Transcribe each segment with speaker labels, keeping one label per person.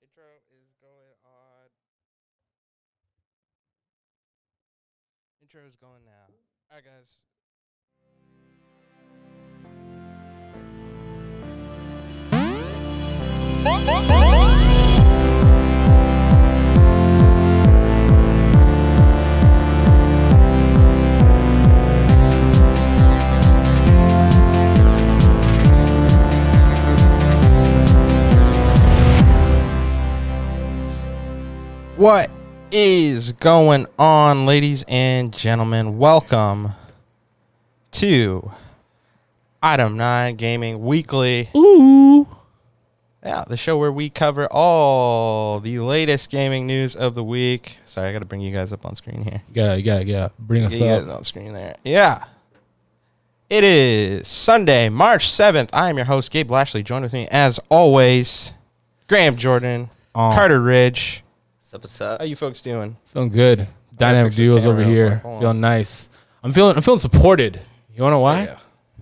Speaker 1: intro is going on. Intro is going now. All right, guys. What is going on, ladies and gentlemen? Welcome to Item 9 Gaming Weekly.
Speaker 2: Ooh.
Speaker 1: Yeah, the show where we cover all the latest gaming news of the week. Sorry, I got to bring you guys up on screen here.
Speaker 2: Yeah, yeah, yeah. Bring us
Speaker 1: Get you guys
Speaker 2: up.
Speaker 1: on screen there. Yeah. It is Sunday, March 7th. I am your host, Gabe Lashley. Joined with me, as always, Graham Jordan,
Speaker 2: Um,
Speaker 1: Carter Ridge.
Speaker 3: What's up? What's up?
Speaker 1: How you folks doing?
Speaker 2: Feeling good. Dynamic
Speaker 1: fix this
Speaker 2: duos
Speaker 1: camera
Speaker 2: over
Speaker 1: real
Speaker 2: here.
Speaker 1: quick. Hold on.
Speaker 2: Feeling nice. I'm feeling I'm feeling supported. You wanna know why?
Speaker 1: Yeah.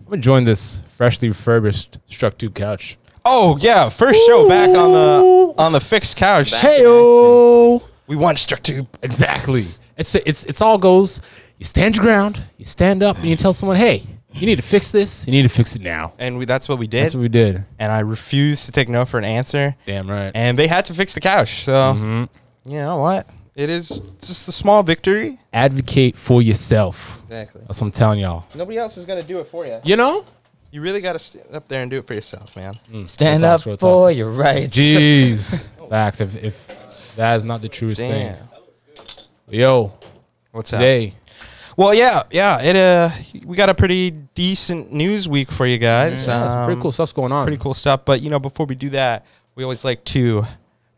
Speaker 2: I'm enjoying this freshly refurbished struck tube couch.
Speaker 1: Oh yeah, first show back on the on the fixed couch.
Speaker 3: Back.
Speaker 2: Hey
Speaker 1: We want StruckTube.
Speaker 2: Exactly. It's it's it's all goes. You stand your ground, you stand up, and you tell someone, hey, you need to fix this, you need to fix it now.
Speaker 1: And we, that's what we did.
Speaker 2: That's what we did.
Speaker 1: and I refused to take no for an answer.
Speaker 2: Damn right.
Speaker 1: And they had to fix the couch. So
Speaker 2: Mm-hmm.
Speaker 1: you know what? It is just a small victory.
Speaker 2: Advocate for yourself.
Speaker 1: Exactly.
Speaker 2: That's what I'm telling y'all.
Speaker 1: Nobody else is gonna do it for you.
Speaker 2: You know?
Speaker 1: You really gotta stand up there and do it for yourself, man.
Speaker 3: Stand
Speaker 2: Real
Speaker 3: up
Speaker 2: talks, real
Speaker 3: for your rights.
Speaker 2: Jeez. Facts. If, if that is not the truest
Speaker 1: Damn.
Speaker 2: thing. Yo,
Speaker 1: What's up?
Speaker 2: today.
Speaker 1: Well, yeah, yeah. It uh, we got a pretty decent news week for you guys.
Speaker 2: Yeah, some pretty
Speaker 1: Um,
Speaker 2: cool stuff's going on.
Speaker 1: pretty cool stuff. But you know, before we do that, we always like to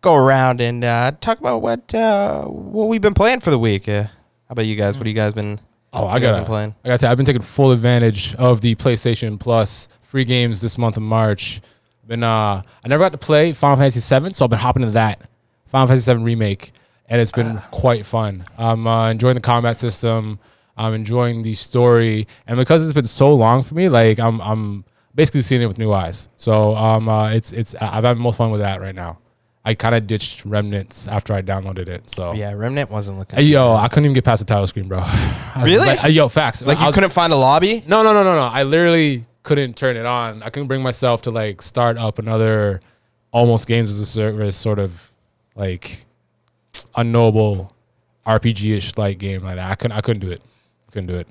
Speaker 1: go around and uh, talk about what uh, what we've been playing for the week. Uh, how about you guys? What have you guys been?
Speaker 2: Oh, I
Speaker 1: you guys
Speaker 2: got
Speaker 1: been playing.
Speaker 2: I got to. I've been taking full advantage of the PlayStation Plus free games this month of March. Been uh, I never got to play Final Fantasy VII, so I've been hopping into that Final Fantasy VII remake, and it's been
Speaker 1: Ah.
Speaker 2: quite fun. I'm uh, enjoying the combat system. I'm enjoying the story, and because it's been so long for me, like I'm I'm basically seeing it with new eyes. So um, uh, it's it's I- I've had more fun with that right now. I kind of ditched Remnants after I downloaded it. So
Speaker 1: Yeah, Remnant wasn't looking.
Speaker 2: Hey, Yo, I couldn't even get past the title screen, bro. I was
Speaker 1: Really?
Speaker 2: Like, uh, yo, facts.
Speaker 1: like
Speaker 2: I
Speaker 1: you
Speaker 2: was-
Speaker 1: couldn't find a lobby.
Speaker 2: No, no, no, no, no. I literally couldn't turn it on. I couldn't bring myself to like start up another almost games as a service sort of like unknowable RPG ish like game like that. I couldn't. I couldn't do it. Couldn't do it.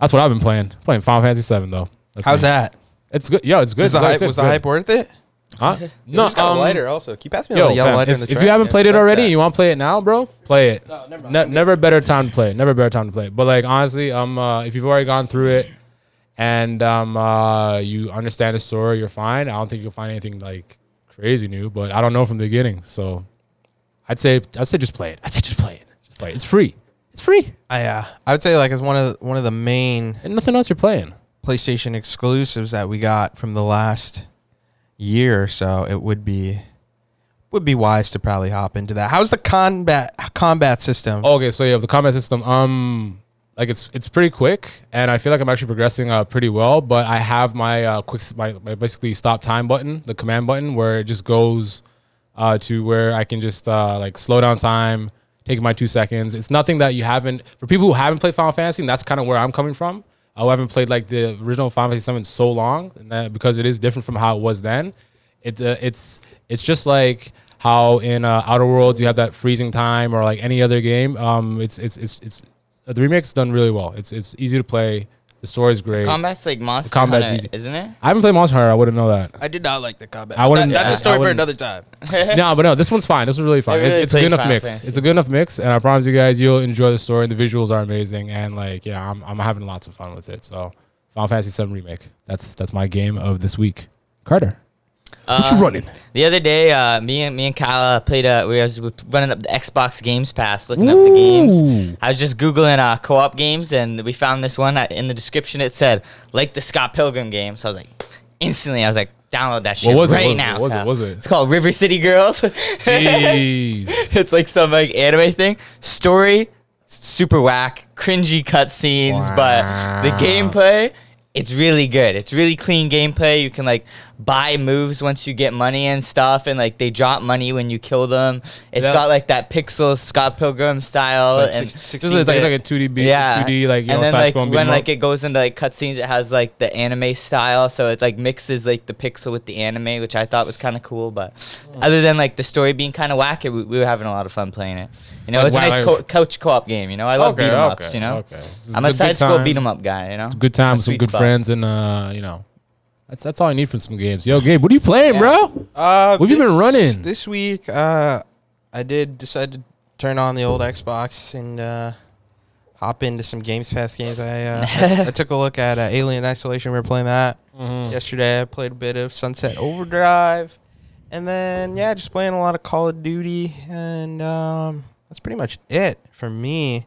Speaker 2: That's what I've been playing. Playing Final Fantasy VII though. That's
Speaker 1: How's
Speaker 2: me.
Speaker 1: that?
Speaker 2: It's good. Yo, it's good.
Speaker 1: Was the
Speaker 2: Like I
Speaker 1: hype,
Speaker 2: said,
Speaker 1: was
Speaker 2: it's
Speaker 1: the
Speaker 2: good.
Speaker 1: hype worth it?
Speaker 2: Huh? No,
Speaker 1: Who's got a
Speaker 2: um,
Speaker 1: lighter also. Keep asking me a
Speaker 2: Yo,
Speaker 1: little yellow
Speaker 2: fam,
Speaker 1: lighter
Speaker 2: if,
Speaker 1: in the
Speaker 2: if you
Speaker 1: track,
Speaker 2: haven't
Speaker 1: man.
Speaker 2: played it
Speaker 1: Fuck
Speaker 2: already,
Speaker 1: that.
Speaker 2: you want to play it now, bro? Play it.
Speaker 1: No, never mind.
Speaker 2: Ne-
Speaker 1: I'm good.
Speaker 2: never a better time to play. it. Never a better time to play. it. But like honestly, um, uh, if you've already gone through it and um, uh, you understand the story, you're fine. I don't think you'll find anything like crazy new, but I don't know from the beginning. So I'd say I'd say just play it. I'd say just play it. Just play it. It's free. It's free.
Speaker 1: I, uh, I would say like it's one of one of the main
Speaker 2: And nothing else you're playing.
Speaker 1: PlayStation exclusives that we got from the last year or so, it would be would be wise to probably hop into that. How's the combat combat system?
Speaker 2: Oh, Okay, so yeah, the combat system, um, like it's it's pretty quick, and I feel like I'm actually progressing uh, pretty well. But I have my uh, quick s- my, my basically stop time button, the command button, where it just goes uh, to where I can just uh, like slow down time, take my two seconds. It's nothing that you haven't for people who haven't played Final Fantasy. And that's kind of where I'm coming from. I haven't played like the original Final Fantasy VII in so long, and that, because it is different from how it was then. It uh, it's it's just like how in uh, Outer Worlds you have that freezing time, or like any other game. Um, it's it's it's it's uh, the remake's done really well. It's it's easy to play. The story's great.
Speaker 3: Combat's like Monster
Speaker 2: combat's
Speaker 3: Hunter,
Speaker 2: easy.
Speaker 3: isn't it?
Speaker 2: I haven't played Monster Hunter. I wouldn't know that.
Speaker 1: I did not like the combat.
Speaker 2: I wouldn't- That- that's a I- story I for wouldn't- Uh,
Speaker 1: another time.
Speaker 2: no, but no, this one's fine. This was really fine.
Speaker 3: They
Speaker 2: it's,
Speaker 3: really
Speaker 2: it's a good
Speaker 3: played
Speaker 2: enough
Speaker 3: Final
Speaker 2: mix.
Speaker 3: Fantasy.
Speaker 2: It's a good enough mix, and I promise you guys, you'll enjoy the story. And the visuals are amazing, and like, yeah, I'm, I'm having lots of fun with it. So, Final Fantasy VII remake. That's that's my game of this week. Carter, what
Speaker 3: Uh,
Speaker 2: you running?
Speaker 3: The other day, uh, me and me and Kyle uh, played. Uh, we was running up the Xbox Games Pass, looking up the
Speaker 2: Ooh.
Speaker 3: games. I was just googling uh, co-op games, and we found this one. Uh, in the description, it said like the Scott Pilgrim game. So I was like, instantly, I was like, download that shit
Speaker 2: was it?
Speaker 3: right
Speaker 2: What was it?
Speaker 3: now.
Speaker 2: What was it?
Speaker 3: Kyle.
Speaker 2: What was it?
Speaker 3: It's called River City Girls.
Speaker 2: Jeez.
Speaker 3: it's like some like anime thing. Story, s- super whack, cringy cutscenes, but the
Speaker 2: Wow.
Speaker 3: gameplay, it's really good. It's really clean gameplay. You can like buy moves once you get money and stuff, and like they drop money when you kill them. It's
Speaker 2: Yeah.
Speaker 3: got like that pixel Scott Pilgrim style,
Speaker 1: It's like
Speaker 3: and
Speaker 1: six-
Speaker 2: This is like,
Speaker 1: 16-bit.
Speaker 2: like a 2D beat,
Speaker 3: yeah,
Speaker 2: 2D like you know,
Speaker 3: and then
Speaker 2: slash
Speaker 3: like
Speaker 2: going
Speaker 3: when like it goes into like cutscenes, it has like the anime style, so it like mixes like the pixel with the anime, which I thought was kind of cool. But other than like the story being kind of wacky, we, we were having a lot of fun playing it. You know,
Speaker 2: Like,
Speaker 3: it's
Speaker 2: wow,
Speaker 3: a nice
Speaker 2: like-
Speaker 3: co- coach co-op game. You know, I love beat 'em ups. You know, I'm a side school beat 'em up guy. You know,
Speaker 2: Good time, with some
Speaker 3: sweet
Speaker 2: good
Speaker 3: spot.
Speaker 2: friends, and uh, you know, that's that's all I need from some games. Yo, Gabe, what are you playing,
Speaker 3: Yeah.
Speaker 2: bro?
Speaker 1: Uh,
Speaker 2: What have you been
Speaker 1: this-
Speaker 2: running?
Speaker 1: This week, uh, I did decide to turn on the old Xbox and uh, hop into some Games Pass games. I, uh, I, I took a look at uh, Alien Isolation. We were playing that
Speaker 2: Mm-hmm.
Speaker 1: yesterday. I played a bit of Sunset Overdrive. And then, yeah, just playing a lot of Call of Duty. And um, that's pretty much it for me.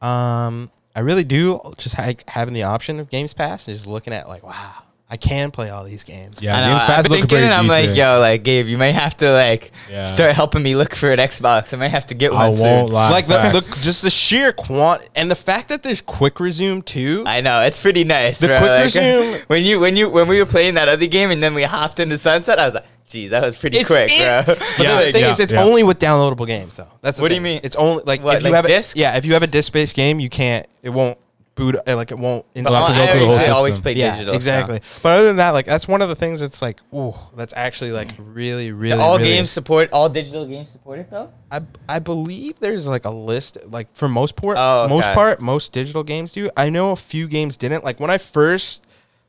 Speaker 1: Um, I really do just like having the option of Games Pass and just looking at, like, wow, I can play all these games.
Speaker 2: Yeah,
Speaker 3: I know,
Speaker 2: Games
Speaker 3: I-
Speaker 2: Pass
Speaker 3: I'm
Speaker 2: look
Speaker 3: thinking,
Speaker 2: pretty
Speaker 3: and I'm like,
Speaker 2: decent.
Speaker 3: yo, like Gabe, you may have to like
Speaker 2: Yeah.
Speaker 3: start helping me look for an Xbox. I may have to get one
Speaker 2: I won't
Speaker 3: soon.
Speaker 2: lie.
Speaker 1: like the, the
Speaker 2: facts.
Speaker 1: just the sheer quant and the fact that there's quick resume too.
Speaker 3: I know it's pretty nice.
Speaker 1: The
Speaker 3: bro.
Speaker 1: quick
Speaker 3: Like,
Speaker 1: resume-
Speaker 3: when you when you when we were playing that other game and then we hopped into Sunset, I was like, geez, that was pretty
Speaker 1: it's
Speaker 3: quick,
Speaker 1: it.
Speaker 3: bro.
Speaker 1: But
Speaker 2: Yeah,
Speaker 1: the thing
Speaker 2: yeah,
Speaker 1: is, it's
Speaker 2: yeah.
Speaker 1: only with downloadable games though. That's the
Speaker 3: What do you
Speaker 1: thing.
Speaker 3: mean?
Speaker 1: It's only like
Speaker 3: What,
Speaker 1: if
Speaker 3: like
Speaker 1: you have
Speaker 3: disc?
Speaker 1: A, yeah, if you have a disc based game, you can't. It won't boot. uh, Like it won't
Speaker 2: I'll
Speaker 1: install.
Speaker 2: have to go
Speaker 3: I,
Speaker 2: through the whole
Speaker 3: I always
Speaker 2: system.
Speaker 3: play
Speaker 1: yeah,
Speaker 3: digital. so.
Speaker 1: exactly. But other than that, like that's one of the things. that's like, ooh, that's actually like really, really.
Speaker 3: all
Speaker 1: really-
Speaker 3: games support all digital games support it though.
Speaker 1: I, I believe there's like a list like for most port
Speaker 3: Oh, okay.
Speaker 1: most part most digital games do. I know a few games didn't. Like when I first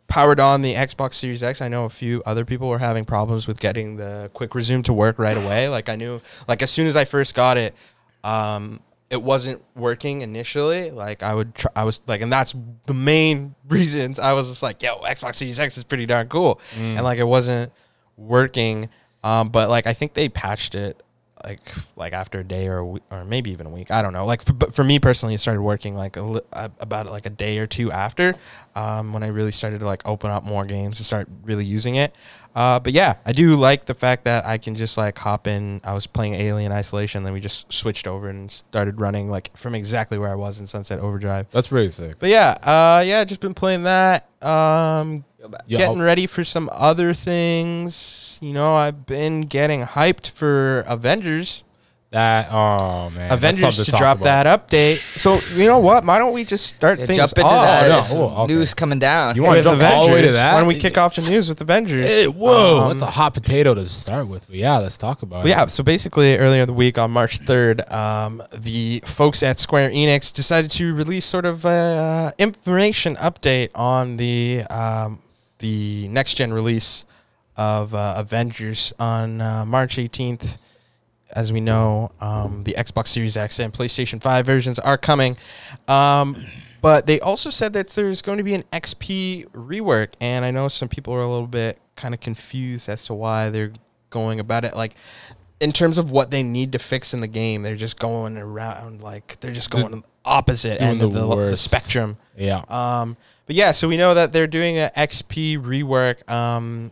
Speaker 1: powered on the Xbox Series X, I know a few other people were having problems with getting the quick resume to work right away. Like I knew like as soon as I first got it, um it wasn't working initially. Like I would try, I was like and that's the main reasons I was just like, yo, Xbox Series X is pretty darn cool.
Speaker 3: Mm.
Speaker 1: And like it wasn't working. Um, but like I think they patched it like like after a day or a week, or maybe even a week. I don't know. Like for, but for me personally, it started working like a li- uh, about like a day or two after um, when I really started to like open up more games and start really using it. Uh, but yeah, I do like the fact that I can just like hop in. I was playing Alien Isolation, then we just switched over and started running like from exactly where I was in Sunset Overdrive.
Speaker 2: That's pretty sick.
Speaker 1: But yeah, uh, yeah, just been playing that. Um,
Speaker 2: Yo,
Speaker 1: getting
Speaker 2: I'll-
Speaker 1: ready for some other things. You know, I've been getting hyped for Avengers.
Speaker 2: that oh man, that's
Speaker 1: Avengers
Speaker 2: something
Speaker 1: to
Speaker 2: talk
Speaker 1: drop
Speaker 2: about.
Speaker 1: that update. So you know what? Why don't we just start
Speaker 3: Yeah,
Speaker 1: things
Speaker 3: jump into
Speaker 1: off
Speaker 3: that.
Speaker 2: no,
Speaker 3: if
Speaker 2: oh, okay.
Speaker 3: News coming down.
Speaker 2: You wanna
Speaker 1: with
Speaker 2: jump all the way to
Speaker 1: Avengers?
Speaker 2: that?
Speaker 1: Why don't we kick off the news with Avengers?
Speaker 2: Hey, whoa,
Speaker 1: Um,
Speaker 2: that's a hot potato to start with. But yeah, let's talk about
Speaker 1: Well,
Speaker 2: it.
Speaker 1: yeah, so basically earlier in the week on March 3rd, um, the folks at Square Enix decided to release sort of uh, information update on the um, the next gen release of uh, Avengers on uh, March 18th. As we know, um, the Xbox Series X and PlayStation 5 versions are coming. Um, but they also said that there's going to be an XP rework. And I know some people are a little bit kind of confused as to why they're going about it. Like, in terms of what they need to fix in the game, they're just going around, like, they're just going opposite
Speaker 2: doing
Speaker 1: end of
Speaker 2: the
Speaker 1: the, the
Speaker 2: worst.
Speaker 1: spectrum.
Speaker 2: yeah.
Speaker 1: Um, but yeah, so we know that they're doing a XP rework. Um,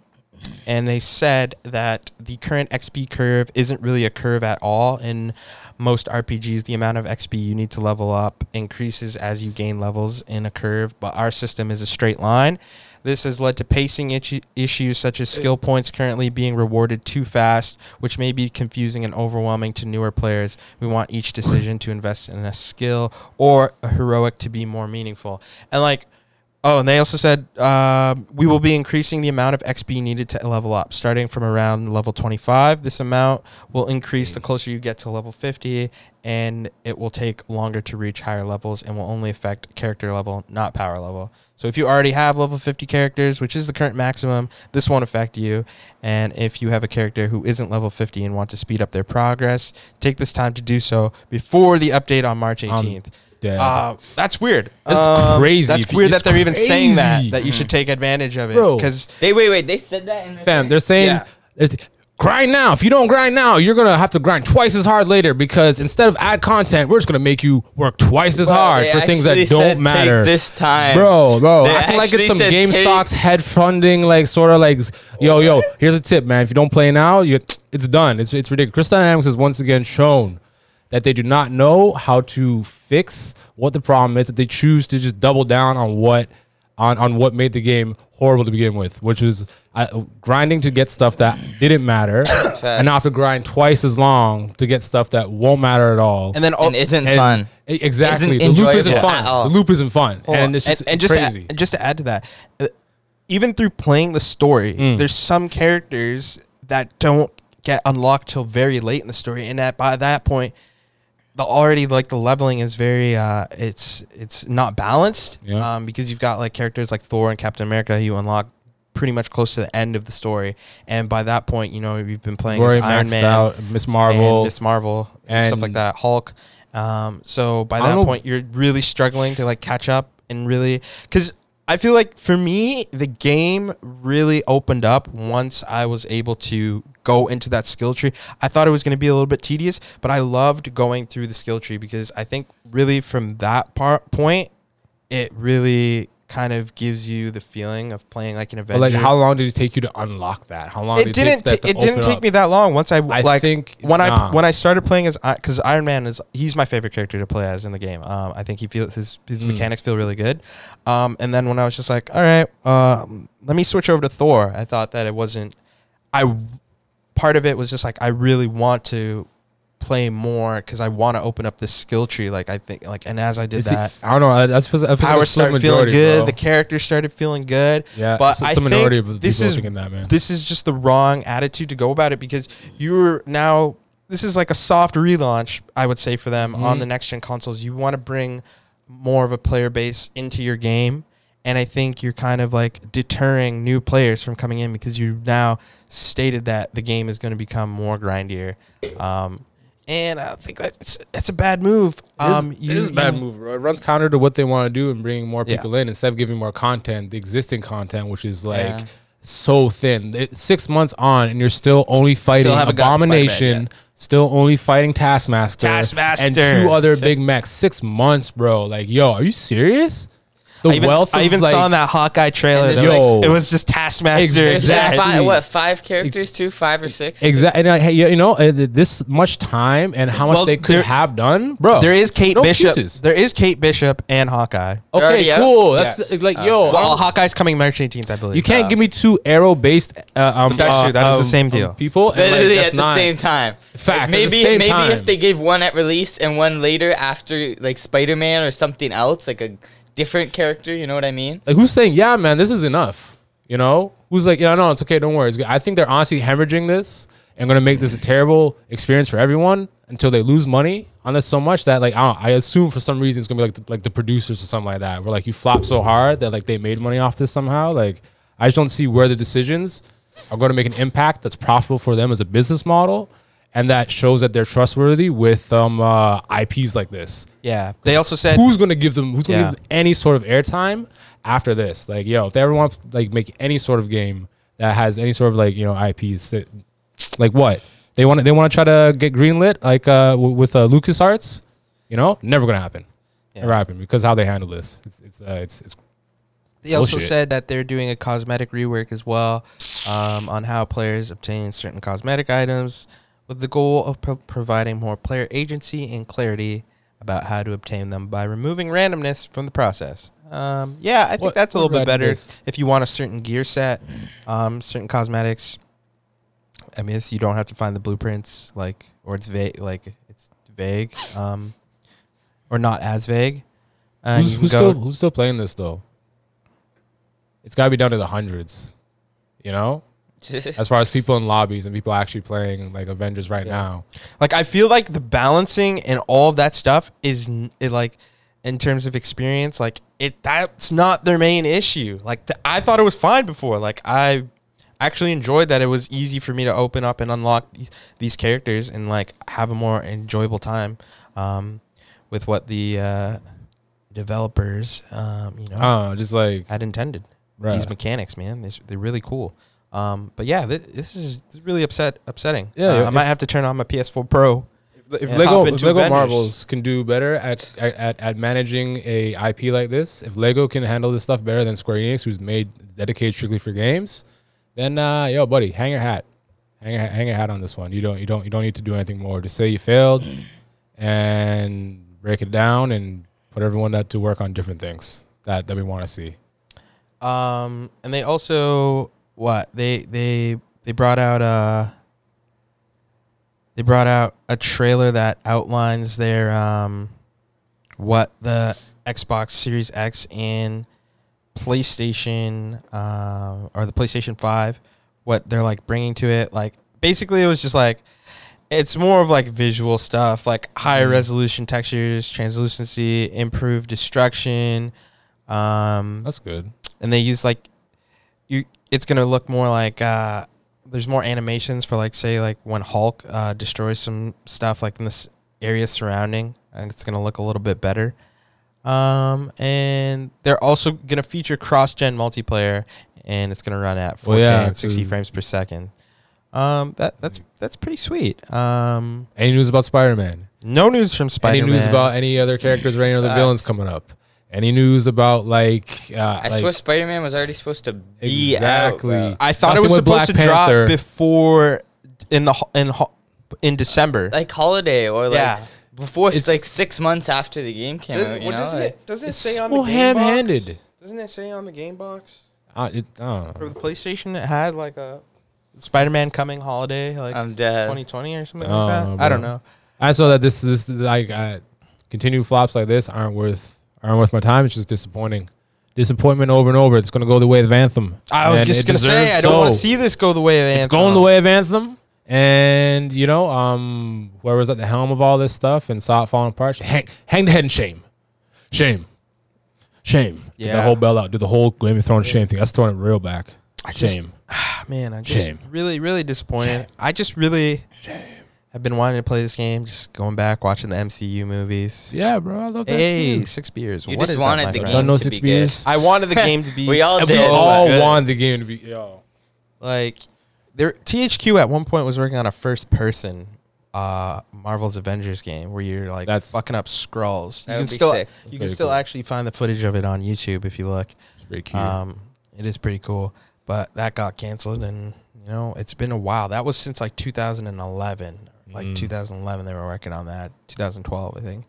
Speaker 1: and they said that the current XP curve isn't really a curve at all. In most RPGs, the amount of XP you need to level up increases as you gain levels in a curve, but our system is a straight line. This has led to pacing itch- issues such as skill points currently being rewarded too fast, which may be confusing and overwhelming to newer players. We want each decision to invest in a skill or a heroic to be more meaningful. And like, Oh, and they also said um, we will be increasing the amount of XP needed to level up, starting from around level 25. This amount will increase the closer you get to level 50, and it will take longer to reach higher levels and will only affect character level, not power level. So if you already have level 50 characters, which is the current maximum, this won't affect you. And if you have a character who isn't level 50 and want to speed up their progress, take this time to do so before the update on March 18th.
Speaker 2: dead.
Speaker 1: Uh, that's weird. Um,
Speaker 2: That's crazy if
Speaker 1: That's
Speaker 2: you-
Speaker 1: weird
Speaker 2: it's
Speaker 1: that they're even saying that
Speaker 2: crazy.
Speaker 1: that you should take advantage of it
Speaker 2: Bro.
Speaker 1: because
Speaker 3: they wait, wait. They said that in the
Speaker 2: Fam,
Speaker 3: thing?
Speaker 2: they're saying
Speaker 1: Yeah.
Speaker 2: there's- grind now. If you don't grind now, you're gonna have to grind twice as hard later because instead of add content, we're just gonna make you work twice as
Speaker 3: Bro,
Speaker 2: hard
Speaker 3: they
Speaker 2: for things
Speaker 3: actually
Speaker 2: that
Speaker 3: said,
Speaker 2: don't
Speaker 3: "Take
Speaker 2: matter.
Speaker 3: this time,
Speaker 2: Bro, bro,
Speaker 3: They
Speaker 2: acting like it's
Speaker 3: actually
Speaker 2: some
Speaker 3: said,
Speaker 2: GameStop's
Speaker 3: "Take-"
Speaker 2: head funding, like sort of like, yo, yo. Here's a tip, man. If you don't play now, you, it's done. It's it's ridiculous. Crystal Dynamics has once again shown that they do not know how to fix what the problem is. That they choose to just double down on what on on what made the game horrible to begin with, which was uh, grinding to get stuff that didn't matter, and now I have to grind twice as long to get stuff that won't matter at all.
Speaker 1: And then all,
Speaker 3: and isn't
Speaker 2: And-
Speaker 3: fun.
Speaker 2: e- Exactly.
Speaker 3: Isn't
Speaker 2: the loop isn't
Speaker 3: enjoyable at
Speaker 2: fun. The
Speaker 3: all.
Speaker 2: loop isn't fun.
Speaker 1: Hold
Speaker 2: and
Speaker 1: on.
Speaker 2: it's just,
Speaker 1: to add-
Speaker 2: crazy.
Speaker 1: and just to add to that, uh, even through playing the story,
Speaker 2: Mm.
Speaker 1: there's some characters that don't get unlocked till very late in the story, and that by that point, the already like the leveling is very uh, it's it's not balanced
Speaker 2: Yeah.
Speaker 1: um, because you've got like characters like Thor and Captain America who you unlock pretty much close to the end of the story, and by that point, you know you've been playing
Speaker 2: Glory
Speaker 1: as Iron
Speaker 2: maxed
Speaker 1: Man,
Speaker 2: out. Miss
Speaker 1: and
Speaker 2: Marvel.
Speaker 1: Miss Marvel and, stuff like
Speaker 2: and-
Speaker 1: that, Hulk. Um, so by
Speaker 2: I
Speaker 1: that
Speaker 2: don't know-
Speaker 1: point, you're really struggling to like catch up and really because I feel like for me, the game really opened up once I was able to go into that skill tree. I thought it was going to be a little bit tedious, but I loved going through the skill tree because I think really from that part point, it really kind of gives you the feeling of playing like an
Speaker 2: But
Speaker 1: adventure.
Speaker 2: like, how long did it take you to unlock that? How long?
Speaker 1: it
Speaker 2: did
Speaker 1: didn't.
Speaker 2: It, take
Speaker 1: ta-
Speaker 2: that to
Speaker 1: it didn't
Speaker 2: open
Speaker 1: take
Speaker 2: up?
Speaker 1: me that long. Once I,
Speaker 2: I
Speaker 1: like
Speaker 2: think-
Speaker 1: when I
Speaker 2: nah.
Speaker 1: when I started playing as because Iron Man is he's my favorite character to play as in the game. Um, I think he feels his his
Speaker 2: Mm.
Speaker 1: mechanics feel really good. Um, and then when I was just like, all right, um, let me switch over to Thor. I thought that it wasn't. I part of it was just like I really want to play more because I want to open up this skill tree. Like I think like and as I did
Speaker 2: Is it-
Speaker 1: that.
Speaker 2: I don't know. I- That's that's like
Speaker 1: Power
Speaker 2: a slim
Speaker 1: started feeling
Speaker 2: majority,
Speaker 1: good.
Speaker 2: bro.
Speaker 1: The character started feeling good.
Speaker 2: Yeah,
Speaker 1: but
Speaker 2: it's a
Speaker 1: I
Speaker 2: minority
Speaker 1: think
Speaker 2: of
Speaker 1: this
Speaker 2: people
Speaker 1: is
Speaker 2: thinking that, man.
Speaker 1: this is just the wrong attitude to go about it because you're now this is like a soft relaunch i would say for them
Speaker 2: Mm-hmm.
Speaker 1: on the next gen consoles you want to bring more of a player base into your game and i think you're kind of like deterring new players from coming in because you now stated that the game is going to become more grindier um, and i think that's, that's a bad move um,
Speaker 2: it is, it is a bad move, bro. It runs counter to what they want to do and bringing more
Speaker 1: Yeah.
Speaker 2: people in instead of giving more content, the existing content, which is like
Speaker 3: Yeah.
Speaker 2: so thin. It- six months on, and you're still only fighting
Speaker 1: haven't gotten Spider-Man
Speaker 2: Abomination,
Speaker 1: yet.
Speaker 2: still only fighting Taskmaster,
Speaker 1: Taskmaster.
Speaker 2: and two other big mechs. Six months, bro. Like, yo, are you serious? The
Speaker 1: I even,
Speaker 2: wealth
Speaker 1: I
Speaker 2: of,
Speaker 1: even
Speaker 2: like,
Speaker 1: saw in that Hawkeye trailer.
Speaker 3: And
Speaker 1: That
Speaker 3: there's
Speaker 2: like-
Speaker 1: it was just Taskmaster.
Speaker 3: There's like
Speaker 2: Exactly.
Speaker 3: Five, what five characters? two, five or six?
Speaker 2: Exactly, and uh, hey, you know uh, th- this much time and how much
Speaker 1: Well,
Speaker 2: they could
Speaker 1: there-
Speaker 2: have done, bro.
Speaker 1: There is Kate
Speaker 2: no
Speaker 1: Bishop.
Speaker 2: excuses.
Speaker 1: There is Kate Bishop and Hawkeye.
Speaker 3: They're
Speaker 2: Okay,
Speaker 3: already out?
Speaker 2: cool. That's
Speaker 3: Yes.
Speaker 2: like, yo, I
Speaker 1: Well,
Speaker 2: don't-
Speaker 1: Hawkeye's coming March 18th, I believe.
Speaker 2: You can't give me two arrow based. Uh, um,
Speaker 1: that's
Speaker 2: uh,
Speaker 1: true. That is the
Speaker 2: um,
Speaker 1: same
Speaker 2: um,
Speaker 1: deal.
Speaker 2: people and, like,
Speaker 3: Literally
Speaker 2: that's
Speaker 3: at the
Speaker 2: not-
Speaker 3: same time.
Speaker 2: Facts, at the
Speaker 3: maybe
Speaker 2: same
Speaker 3: maybe
Speaker 2: time.
Speaker 3: if they gave one at release and one later after like Spider Man or something else, like a different character. You know what I mean?
Speaker 2: Like who's saying, yeah, man, this is enough. You know, who's like, yeah, no, it's okay, don't worry. It's good. I think they're honestly hemorrhaging this and gonna make this a terrible experience for everyone until they lose money on this so much that like I, don't, I assume for some reason it's gonna be like the, like the producers or something like that where like you flop so hard that like they made money off this somehow. Like I just don't see where the decisions are gonna make an impact that's profitable for them as a business model. And that shows that they're trustworthy with um, uh, IPs like this
Speaker 1: yeah. They also said
Speaker 2: who's gonna give them who's gonna
Speaker 1: Yeah.
Speaker 2: give them any sort of airtime after this? Like, yo, if they ever want to like make any sort of game that has any sort of like you know IPs, that, like what they want to they want to try to get greenlit like uh, w- with uh, LucasArts, you know, never gonna happen. Never happen because how they handle this, it's it's uh, it's, it's
Speaker 1: they also
Speaker 2: bullshit.
Speaker 1: said that they're doing a cosmetic rework as well um, on how players obtain certain cosmetic items with the goal of pro- providing more player agency and clarity about how to obtain them by removing randomness from the process. Um, yeah, I think
Speaker 2: What-
Speaker 1: that's a
Speaker 2: what
Speaker 1: little bit better
Speaker 2: randomness?
Speaker 1: if you want a certain gear set, um, certain cosmetics. I mean, it's- you don't have to find the blueprints, like, or it's vague, like it's vague, um, or not as vague. Uh,
Speaker 2: who's,
Speaker 1: you can
Speaker 2: who's
Speaker 1: go-
Speaker 2: still who's still playing this though? It's gotta be down to the hundreds, you know. As far as people in lobbies and people actually playing like Avengers right now,
Speaker 1: Like I feel like the balancing and all of that stuff is n- it like in terms of experience, like it that's not their main issue. Like th- I thought it was fine before. Like I actually enjoyed that it was easy for me to open up and unlock th- these characters and like have a more enjoyable time um, with what the uh, developers um, you know
Speaker 2: uh, just like
Speaker 1: had intended.
Speaker 2: Right.
Speaker 1: These mechanics, man, they're, they're really cool. Um, but yeah, this, this is this is really upset upsetting.
Speaker 2: Yeah,
Speaker 1: Uh, I
Speaker 2: if-
Speaker 1: might have to turn on my PS4 Pro.
Speaker 2: if
Speaker 1: and
Speaker 2: Lego,
Speaker 1: hop
Speaker 2: if
Speaker 1: into
Speaker 2: Lego
Speaker 1: Avengers.
Speaker 2: Marvels can do better at, at, at, at managing a IP like this, if Lego can handle this stuff better than Square Enix, who's made dedicated strictly for games, then uh, yo, buddy, hang your hat, hang your, hang your hat on this one. You don't you don't you don't need to do anything more. Just say you failed, and break it down and put everyone out to work on different things that that we want to see.
Speaker 1: Um, and they also what they they they brought out uh they brought out a trailer that outlines their um what the Xbox Series X and PlayStation um or the PlayStation Five what they're like bringing to it like basically it was just like it's more of like visual stuff like higher resolution textures translucency improved destruction um
Speaker 2: That's good.
Speaker 1: and they use like you it's gonna look more like uh there's more animations for like say like when hulk uh destroys some stuff like in this area surrounding I think it's gonna look a little bit better um and they're also gonna feature cross-gen multiplayer and it's gonna run at 4k
Speaker 2: Well, yeah,
Speaker 1: and 60
Speaker 2: because-
Speaker 1: frames per second um that that's that's pretty sweet um
Speaker 2: Any news about Spider Man?
Speaker 1: no news from
Speaker 2: Any
Speaker 1: spider-man
Speaker 2: news about any other characters or any other
Speaker 3: Facts.
Speaker 2: villains coming up? Any news about like? Uh,
Speaker 3: I
Speaker 2: like
Speaker 3: swear Spider Man was already supposed to be
Speaker 2: exactly.
Speaker 3: out.
Speaker 1: i thought
Speaker 2: Nothing
Speaker 1: it was
Speaker 2: with
Speaker 1: supposed to
Speaker 2: Black Panther.
Speaker 1: drop before in the ho- in ho- in december
Speaker 3: Bro. Like holiday or like
Speaker 1: Yeah.
Speaker 3: before
Speaker 2: It's-
Speaker 3: like six months after the game came
Speaker 1: Does-
Speaker 3: out. You
Speaker 1: well,
Speaker 3: know,
Speaker 1: doesn't
Speaker 3: like-
Speaker 1: it doesn't it
Speaker 2: It's
Speaker 1: say on the
Speaker 2: so
Speaker 1: game box?
Speaker 2: ham-handed.
Speaker 1: Doesn't it say on the game box
Speaker 2: Uh, it, I don't
Speaker 1: for
Speaker 2: know.
Speaker 1: the PlayStation? It had like a Spider-Man coming holiday, like
Speaker 3: I'm dead.
Speaker 1: 2020 or something
Speaker 2: I
Speaker 1: like
Speaker 2: don't
Speaker 1: that.
Speaker 2: know,
Speaker 1: I don't
Speaker 2: Um, Oh, bro.
Speaker 1: know.
Speaker 2: I saw that this this like uh, continued flops like this aren't worth aren't worth my time. It's just disappointing. Disappointment over and over. It's gonna go the way of Anthem.
Speaker 1: I was
Speaker 2: And
Speaker 1: just
Speaker 2: it
Speaker 1: gonna say
Speaker 2: deserves
Speaker 1: I don't want to
Speaker 2: so.
Speaker 1: see this go the way of Anthem.
Speaker 2: It's going the way of Anthem. And you know, um, whoever's at the helm of all this stuff and saw it falling apart, hang, hang the head in shame, shame, shame. Yeah, the
Speaker 1: Yeah.
Speaker 2: whole bell out, do the whole Game of Thrones shame thing. That's throwing it real back.
Speaker 1: just-
Speaker 2: Shame.
Speaker 1: Man, I'm just
Speaker 2: Shame.
Speaker 1: really, really disappointed. I just really have been wanting to play this game. Just going back watching the MCU movies.
Speaker 2: yeah, bro. I love that.
Speaker 1: Hey,
Speaker 2: shit.
Speaker 1: six beers.
Speaker 3: You
Speaker 1: What
Speaker 3: just
Speaker 1: is that,
Speaker 3: wanted
Speaker 1: my
Speaker 3: the
Speaker 1: friend?
Speaker 2: don't
Speaker 3: game
Speaker 2: know
Speaker 3: to
Speaker 2: six
Speaker 3: be good.
Speaker 2: beers.
Speaker 1: I wanted the game to be.
Speaker 3: We all
Speaker 1: so
Speaker 2: we
Speaker 3: did.
Speaker 2: all
Speaker 1: good.
Speaker 2: want the game to be yo.
Speaker 1: like there THQ at one point was working on a first person uh Marvel's Avengers game where you're like
Speaker 2: That's-
Speaker 1: fucking up scrolls.
Speaker 3: That
Speaker 1: You
Speaker 3: would
Speaker 1: can
Speaker 3: be
Speaker 1: still
Speaker 3: sick.
Speaker 1: you can
Speaker 2: Very
Speaker 1: still
Speaker 2: cool.
Speaker 1: actually find the footage of it on YouTube if you look.
Speaker 2: It's pretty cute.
Speaker 1: Um it is pretty cool, but that got canceled and you know, it's been a while. That was since like 2011. Like
Speaker 2: Mm.
Speaker 1: 2011 they were working on that. 2012 I think.